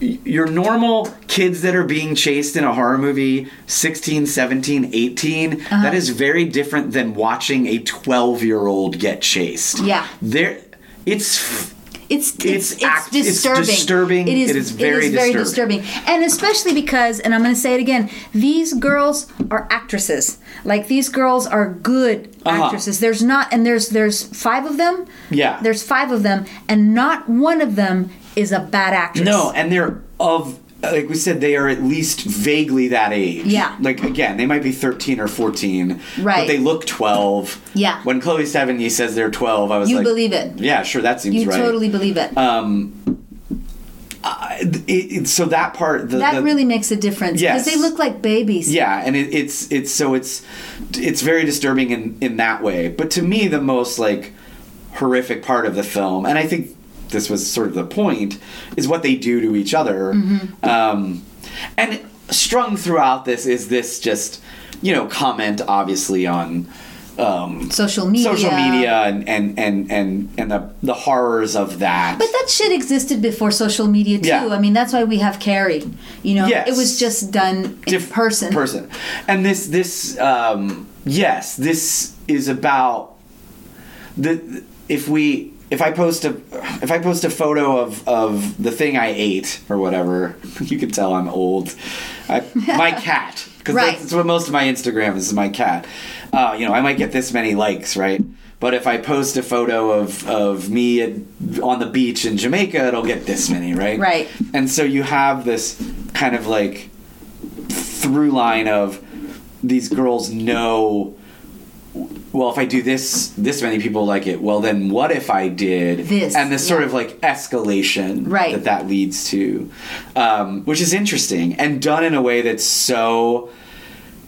Speaker 2: your normal kids that are being chased in a horror movie 16 17 18
Speaker 1: Uh-huh.
Speaker 2: that is very different than watching a 12 year old get chased
Speaker 1: Yeah.
Speaker 2: there it's f-
Speaker 1: it's
Speaker 2: It's
Speaker 1: it's it's,
Speaker 2: act- it's
Speaker 1: disturbing.
Speaker 2: disturbing. It is very disturbing.
Speaker 1: and especially because, and I'm going to say it again, these girls are actresses. Like these girls are good
Speaker 2: Uh-huh.
Speaker 1: actresses. There's not, and there's there's five of them.
Speaker 2: Yeah.
Speaker 1: there's five of them, and not one of them is a bad actress.
Speaker 2: No, and they're of like we said, they are at least vaguely that age.
Speaker 1: Yeah.
Speaker 2: Like again, they might be thirteen or fourteen. But
Speaker 1: Right.
Speaker 2: they look twelve.
Speaker 1: Yeah.
Speaker 2: When Chloe Sevigny says they're twelve, I was
Speaker 1: You
Speaker 2: like,
Speaker 1: believe it.
Speaker 2: Yeah, sure, that seems
Speaker 1: you
Speaker 2: right. Uh,
Speaker 1: totally believe it.
Speaker 2: I- it, it- so that part, the,
Speaker 1: that
Speaker 2: the-
Speaker 1: really makes a difference
Speaker 2: Yes.
Speaker 1: because they look like babies.
Speaker 2: yeah, and it, it's it's so it's it's very disturbing in in that way. But to me, the most like horrific part of the film, and I think this was sort of the point, is what they do to each other.
Speaker 1: Mm-hmm.
Speaker 2: Um, and strung throughout this is this just you know comment obviously on um,
Speaker 1: Social media.
Speaker 2: social media and and and and and the the horrors of that.
Speaker 1: But that shit existed before social media too.
Speaker 2: Yeah.
Speaker 1: I mean, that's why we have Carrie. You know,
Speaker 2: Yes.
Speaker 1: it was just done in
Speaker 2: Diff-
Speaker 1: person.
Speaker 2: person and this this um yes this is about the if we if i post a if i post a photo of of the thing i ate or whatever you can tell i'm old I, my cat because
Speaker 1: Right.
Speaker 2: that's, that's what most of my instagram is my cat uh, you know i might get this many likes right but if i post a photo of of me at, on the beach in jamaica it'll get this many right
Speaker 1: Right.
Speaker 2: and so you have this kind of like through line of these girls know well if i do this this many people like it well then what if i did
Speaker 1: This,
Speaker 2: and this sort
Speaker 1: yeah.
Speaker 2: of like escalation
Speaker 1: Right.
Speaker 2: that that leads to um, which is interesting and done in a way that's so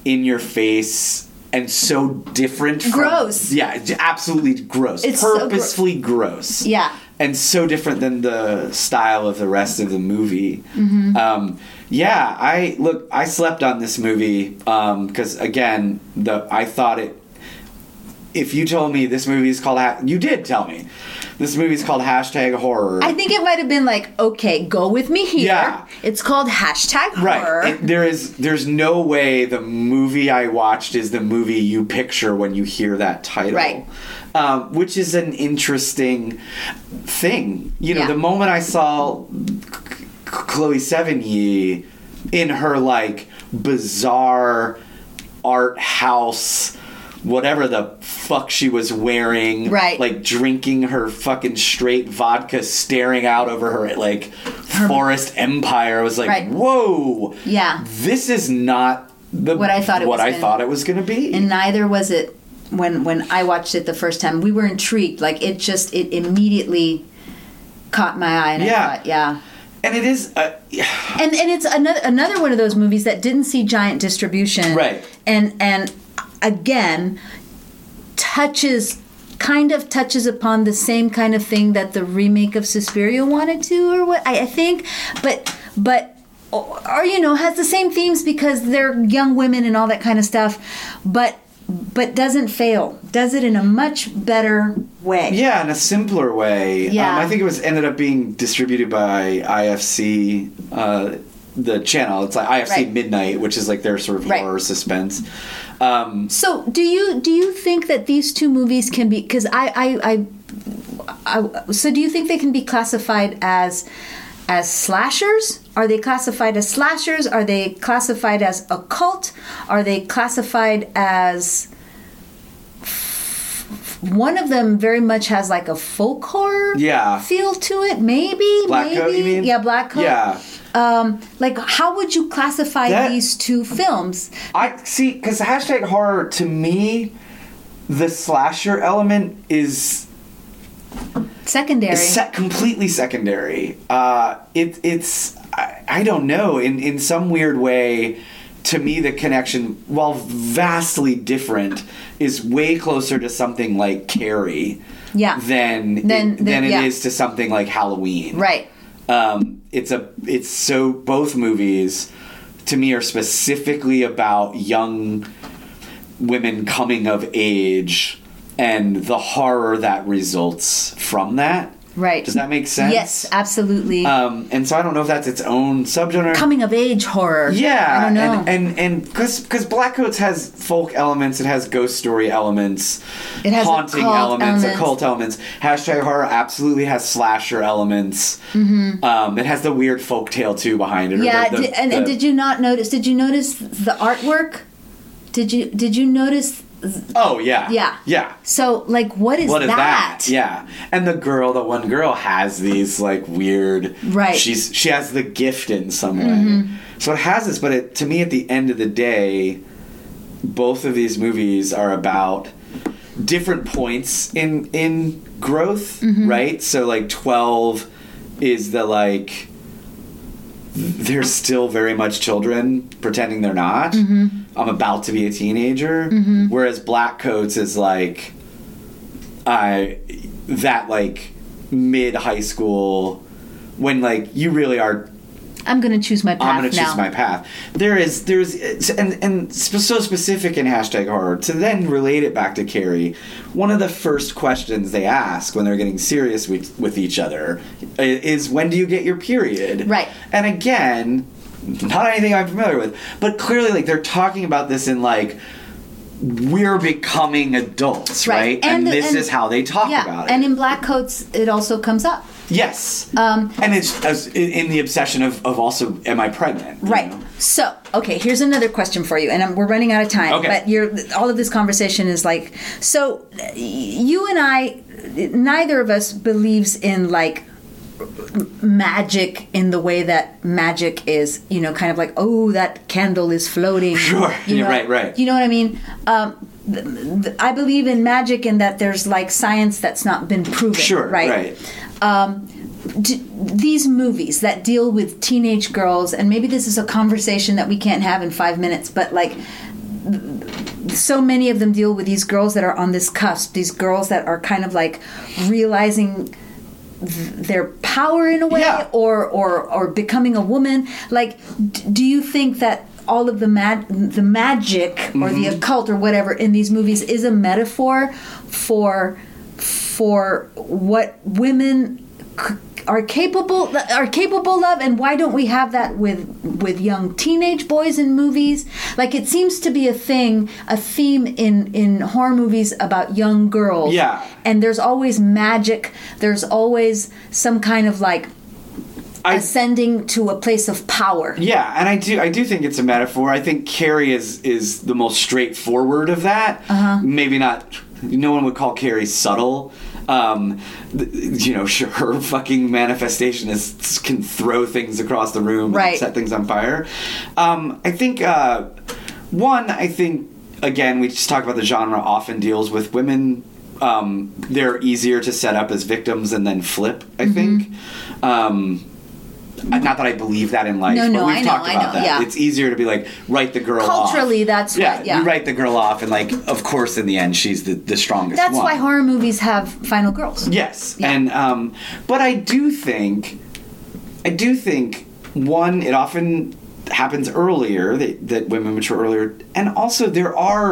Speaker 2: in your face and so different from,
Speaker 1: Gross.
Speaker 2: yeah absolutely gross
Speaker 1: It's so gro-
Speaker 2: purposefully gross
Speaker 1: Yeah.
Speaker 2: and so different than the style of the rest of the movie. Um, yeah, I look. I slept on this movie because again, the I thought it. If you told me this movie is called, ha- you did tell me this movie is called hashtag horror.
Speaker 1: I think it might have been like, okay, go with me here.
Speaker 2: Yeah.
Speaker 1: It's called hashtag
Speaker 2: Right.
Speaker 1: horror.
Speaker 2: It- there is there's no way the movie I watched is the movie you picture when you hear that title.
Speaker 1: Right.
Speaker 2: Um, which is an interesting thing. You know,
Speaker 1: Yeah.
Speaker 2: the moment I saw C- C- Chloe Sevigny in her like bizarre art house whatever the fuck she was wearing
Speaker 1: Right.
Speaker 2: like drinking her fucking straight vodka staring out over her like forest empire I was like
Speaker 1: Right.
Speaker 2: whoa
Speaker 1: Yeah.
Speaker 2: this is not the
Speaker 1: What I thought it
Speaker 2: what
Speaker 1: was
Speaker 2: I
Speaker 1: gonna-
Speaker 2: thought it was gonna be
Speaker 1: and neither was it when when I watched it the first time. We were intrigued. Like it just it immediately caught my eye and
Speaker 2: Yeah.
Speaker 1: I thought, yeah.
Speaker 2: And it is uh,
Speaker 1: and and it's another another one of those movies that didn't see giant distribution
Speaker 2: Right.
Speaker 1: and and again touches kind of touches upon the same kind of thing that the remake of Suspiria wanted to or what I, I think but but or, or you know has the same themes because they're young women and all that kind of stuff but but doesn't fail does it in a much better way
Speaker 2: yeah in a simpler way
Speaker 1: Yeah.
Speaker 2: um, I think it was ended up being distributed by IFC uh, the channel it's like IFC
Speaker 1: Right.
Speaker 2: Midnight which is like their sort of
Speaker 1: Right.
Speaker 2: horror suspense um,
Speaker 1: So do you do you think that these two movies can be because I, I I I so do you think they can be classified as as slashers? Are they classified as slashers? Are they classified as a cult? Are they classified as one of them very much has like a folk horror
Speaker 2: Yeah.
Speaker 1: feel to it, maybe.
Speaker 2: Black
Speaker 1: maybe.
Speaker 2: Coat, you mean?
Speaker 1: Yeah, black coat.
Speaker 2: Yeah.
Speaker 1: Um, like, how would you classify
Speaker 2: That-
Speaker 1: these two films?
Speaker 2: I see because hashtag horror to me, the slasher element is
Speaker 1: Secondary.
Speaker 2: is se- completely secondary. Uh, it it's I, I don't know in in some weird way. To me, the connection, while vastly different, is way closer to something like Carrie,
Speaker 1: Yeah.
Speaker 2: than
Speaker 1: Than-
Speaker 2: it, than
Speaker 1: than-
Speaker 2: it is
Speaker 1: yeah.
Speaker 2: to something like Halloween,
Speaker 1: Right.
Speaker 2: um, it's a it's so both movies to me are specifically about young women coming of age and the horror that results from that
Speaker 1: Right.
Speaker 2: Does that make sense?
Speaker 1: Yes, absolutely.
Speaker 2: Um, and so I don't know if that's its own subgenre.
Speaker 1: Coming of age horror.
Speaker 2: yeah,
Speaker 1: I don't know.
Speaker 2: and and and because because Black Coats has folk elements, it has ghost story elements,
Speaker 1: It has
Speaker 2: haunting
Speaker 1: occult
Speaker 2: elements,
Speaker 1: elements.
Speaker 2: occult elements. Hashtag horror absolutely has slasher elements. Um, it has the weird folk tale too behind it.
Speaker 1: Mm-hmm.
Speaker 2: or
Speaker 1: yeah,
Speaker 2: the- the-
Speaker 1: di- and, and
Speaker 2: the-
Speaker 1: did you not notice? Did you notice the artwork? Did you did you notice?
Speaker 2: oh yeah
Speaker 1: Yeah.
Speaker 2: yeah.
Speaker 1: So like, what is,
Speaker 2: What is
Speaker 1: that?
Speaker 2: that? Yeah, and the girl, the one girl, has these like weird.
Speaker 1: Right.
Speaker 2: She's she has the gift in some way, so it has this. But it, to me, at the end of the day, both of these movies are about different points in in growth, right? So like twelve is the like they're still very much children pretending they're not. I'm about to be a teenager, whereas Black Coats is like. I uh, that like mid high school when like you really are
Speaker 1: I'm gonna choose my path
Speaker 2: I'm gonna choose
Speaker 1: now.
Speaker 2: my path. There is there's it's- and and sp- so specific in hashtag horror to then relate it back to Carrie. One of the first questions they ask when they're getting serious with with each other i- is when do you get your period?
Speaker 1: Right.
Speaker 2: And again, not anything I'm familiar with, but clearly like they're talking about this in like. We're becoming adults, right? And,
Speaker 1: the-
Speaker 2: this is how they talk
Speaker 1: yeah,
Speaker 2: about it.
Speaker 1: And in black coats, it also comes up.
Speaker 2: Yes.
Speaker 1: Um,
Speaker 2: and it's as in, in the obsession of, of also, am I pregnant? you
Speaker 1: Right.
Speaker 2: know?
Speaker 1: So, okay, here's another question for you, and i we're running out of time.
Speaker 2: Okay.
Speaker 1: But you're, all of this conversation is like, so y- you and I, neither of us believes in like magic in the way that magic is, you know, kind of like, oh, that candle is floating.
Speaker 2: Sure.
Speaker 1: You
Speaker 2: Yeah,
Speaker 1: know,
Speaker 2: right, right.
Speaker 1: You know what I mean? Um, th- th- I believe in magic in that there's like science that's not been proven.
Speaker 2: Sure. Right.
Speaker 1: d- these movies that deal with teenage girls, and maybe this is a conversation that we can't have in five minutes, but like th- so many of them deal with these girls that are on this cusp, these girls that are kind of like realizing th- their power in a way
Speaker 2: Yeah.
Speaker 1: or, or or becoming a woman like d- do you think that all of the mag- the magic or the occult or whatever in these movies is a metaphor for for what women c- are capable are capable of and why don't we have that with with young teenage boys in movies like it seems to be a thing a theme in in horror movies about young girls
Speaker 2: Yeah.
Speaker 1: and there's always magic there's always some kind of like
Speaker 2: I-
Speaker 1: ascending to a place of power
Speaker 2: Yeah, and I do I do think it's a metaphor. I think Carrie is is the most straightforward of that. Uh-huh. Maybe not. No one would call Carrie subtle. Um, th- you know, sure, her fucking manifestation is can throw things across the room,
Speaker 1: Right.
Speaker 2: And set things on fire. Um, I think uh, one. I think again, we just talked about the genre often deals with women. Um, they're easier to set up as victims and then flip. I
Speaker 1: Mm-hmm.
Speaker 2: think. Um, not that I believe that in life,
Speaker 1: No, no,
Speaker 2: but we've
Speaker 1: I know,
Speaker 2: talked
Speaker 1: I
Speaker 2: about
Speaker 1: know,
Speaker 2: that.
Speaker 1: yeah.
Speaker 2: It's easier to be like write the girl off.
Speaker 1: Culturally, that's
Speaker 2: yeah,
Speaker 1: what- yeah.
Speaker 2: You write the girl off, and like of course, in the end, she's the, the strongest.
Speaker 1: that's
Speaker 2: one.
Speaker 1: why horror movies have final girls
Speaker 2: Yes,
Speaker 1: Yeah.
Speaker 2: and um, but I do think, I do think one, it often happens earlier that, that women mature earlier, and also there are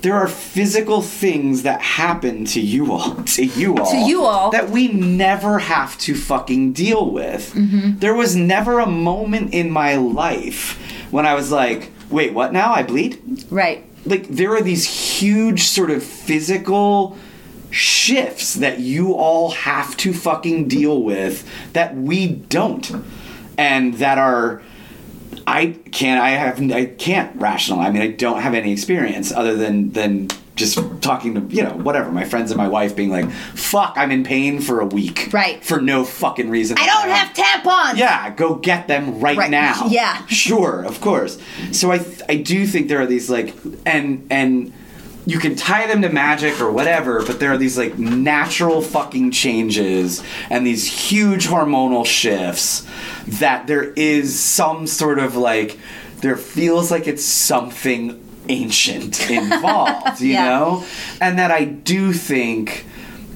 Speaker 2: there are physical things that happen to you all, to you all,
Speaker 1: To you all.
Speaker 2: that we never have to fucking deal with.
Speaker 1: Mm-hmm.
Speaker 2: There was never a moment in my life when I was like, wait, what now? I bleed
Speaker 1: right
Speaker 2: like there are these huge sort of physical shifts that you all have to fucking deal with that we don't and that are I can't I have I can't rational I mean I don't have any experience other than than just talking to you know whatever my friends and my wife being like fuck I'm in pain for a week
Speaker 1: Right.
Speaker 2: for no fucking reason
Speaker 1: i don't have tampons
Speaker 2: yeah, go get them right,
Speaker 1: Right,
Speaker 2: now.
Speaker 1: yeah.
Speaker 2: Sure, of course. So I I do think there are these like and and you can tie them to magic or whatever, but there are these like natural fucking changes and these huge hormonal shifts that there is some sort of like there feels like it's something ancient involved, you
Speaker 1: Yeah.
Speaker 2: know? And that I do think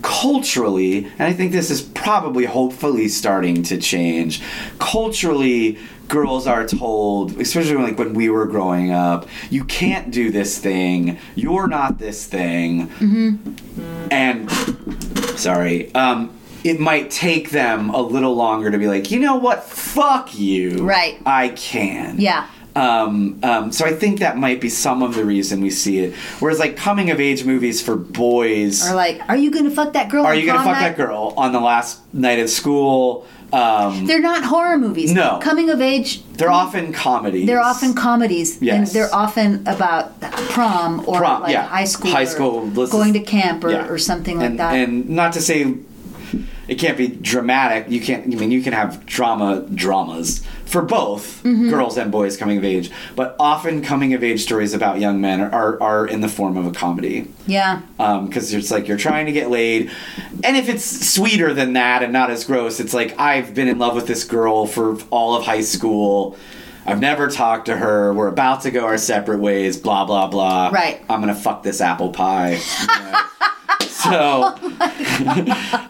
Speaker 2: culturally, and I think this is probably hopefully starting to change. Culturally, girls are told, especially when, like when we were growing up, you can't do this thing.
Speaker 1: Mm-hmm.
Speaker 2: You're not this thing. And sorry, um, it might take them a little longer to be like, you know what, fuck you.
Speaker 1: Right.
Speaker 2: I can.
Speaker 1: Yeah.
Speaker 2: Um, um, so I think that might be some of the reason we see it. Whereas like coming of age movies for boys,
Speaker 1: Or like, are you gonna fuck that girl?
Speaker 2: are
Speaker 1: on
Speaker 2: you gonna
Speaker 1: prom
Speaker 2: fuck
Speaker 1: night?
Speaker 2: that girl on the last night of school? Um,
Speaker 1: They're not horror movies.
Speaker 2: No.
Speaker 1: coming of age.
Speaker 2: they're often comedies.
Speaker 1: Mm-hmm. They're often comedies, and
Speaker 2: Yes.
Speaker 1: they're often about prom or
Speaker 2: Prom,
Speaker 1: like
Speaker 2: yeah.
Speaker 1: high school,
Speaker 2: High
Speaker 1: or
Speaker 2: school, this is-
Speaker 1: going to camp or,
Speaker 2: Yeah.
Speaker 1: or something like
Speaker 2: and,
Speaker 1: that.
Speaker 2: And not to say it can't be dramatic. You can't. I mean, you can have drama dramas for both
Speaker 1: Mm-hmm.
Speaker 2: girls and boys coming of age. But often coming of age stories about young men are are in the form of a comedy
Speaker 1: yeah,
Speaker 2: because Um, it's like you're trying to get laid, and if it's sweeter than that and not as gross, it's like I've been in love with this girl for all of high school. I've never talked to her. We're about to go our separate ways. Blah blah blah.
Speaker 1: Right.
Speaker 2: I'm gonna fuck this apple pie. you know? so,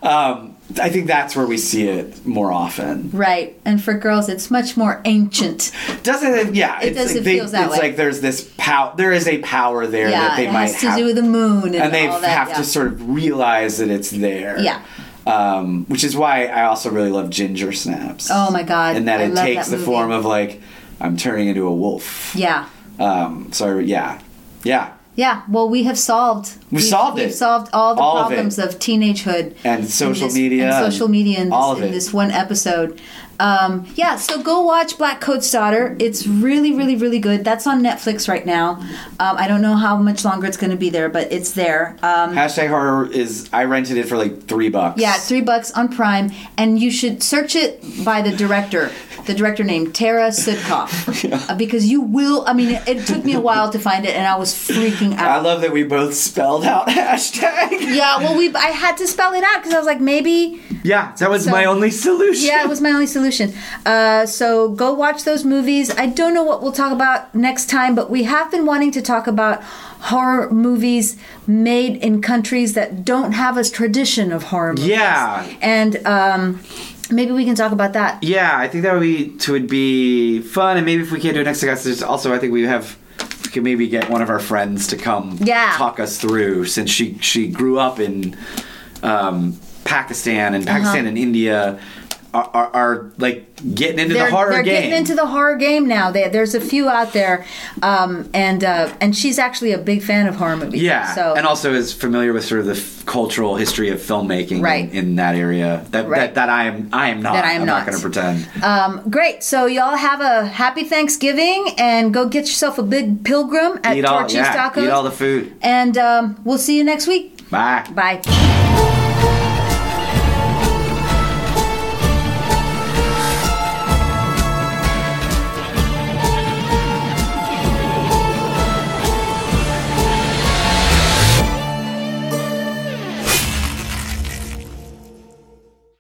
Speaker 2: um, I think that's where we see it more often.
Speaker 1: right. And for girls, it's much more ancient.
Speaker 2: Doesn't it? Yeah. It it's
Speaker 1: does,
Speaker 2: Like
Speaker 1: it
Speaker 2: they,
Speaker 1: feels that
Speaker 2: it's
Speaker 1: way.
Speaker 2: like there's this power. There is a power there
Speaker 1: yeah,
Speaker 2: that they
Speaker 1: it
Speaker 2: might
Speaker 1: has to
Speaker 2: have
Speaker 1: do with the moon and,
Speaker 2: and they
Speaker 1: all that,
Speaker 2: have
Speaker 1: yeah.
Speaker 2: to sort of realize that it's there.
Speaker 1: Yeah.
Speaker 2: Um, which is why I also really love ginger snaps.
Speaker 1: Oh my God,
Speaker 2: And that
Speaker 1: I
Speaker 2: it
Speaker 1: love
Speaker 2: takes
Speaker 1: that
Speaker 2: the
Speaker 1: movie.
Speaker 2: form of like I'm turning into a wolf.
Speaker 1: Yeah.
Speaker 2: Um, so yeah, yeah,
Speaker 1: Yeah, well, we have solved.
Speaker 2: We solved
Speaker 1: we've
Speaker 2: it.
Speaker 1: solved all the
Speaker 2: All of it.
Speaker 1: problems of, teenagehood
Speaker 2: And
Speaker 1: in
Speaker 2: social
Speaker 1: this-
Speaker 2: media
Speaker 1: and
Speaker 2: and
Speaker 1: social media in this,
Speaker 2: all of
Speaker 1: in
Speaker 2: it.
Speaker 1: this one episode. Um, yeah, so go watch Black Coat's Daughter. It's really, really, really good. That's on Netflix right now. Um, I don't know how much longer it's going to be there, but it's there. Um,
Speaker 2: Hashtag horror is I rented it for like three bucks.
Speaker 1: yeah, three bucks on Prime, and you should search it by the director. The director named Tara Sudkoff, Uh, because you will. I mean, it, it took me a while to find it, and I was freaking out.
Speaker 2: I love that we both spelled out hashtag.
Speaker 1: Yeah, well, we I had to spell it out because I was like, maybe.
Speaker 2: Yeah, that was
Speaker 1: So-
Speaker 2: my only solution.
Speaker 1: Yeah, it was my only solution. Uh, so go watch those movies. I don't know what we'll talk about next time, but we have been wanting to talk about horror movies made in countries that don't have a tradition of horror movies.
Speaker 2: Yeah.
Speaker 1: and um, maybe we can talk about that.
Speaker 2: Yeah, I think that would be would be fun, and maybe if we can't do it next guys, there's also I think we have we can maybe get one of our friends to come
Speaker 1: Yeah.
Speaker 2: talk us through since she she grew up in um, Pakistan
Speaker 1: Uh-huh.
Speaker 2: and Pakistan and India are, are, are like getting into
Speaker 1: They're,
Speaker 2: the horror
Speaker 1: they're
Speaker 2: game.
Speaker 1: getting into the horror game now. They, there's a few out there, um, and uh, and she's actually a big fan of horror movies.
Speaker 2: yeah,
Speaker 1: So
Speaker 2: and also is familiar with sort of the f- cultural history of filmmaking
Speaker 1: Right.
Speaker 2: in, in that area. That,
Speaker 1: Right.
Speaker 2: that that I am I am not.
Speaker 1: That I am
Speaker 2: I'm
Speaker 1: not.
Speaker 2: going to pretend.
Speaker 1: Um, great. So y'all have a happy Thanksgiving and go get yourself a big pilgrim at
Speaker 2: eat all
Speaker 1: Torchy's
Speaker 2: yeah,
Speaker 1: Tacos.
Speaker 2: eat all the food.
Speaker 1: and um, we'll see you next week.
Speaker 2: Bye.
Speaker 1: Bye.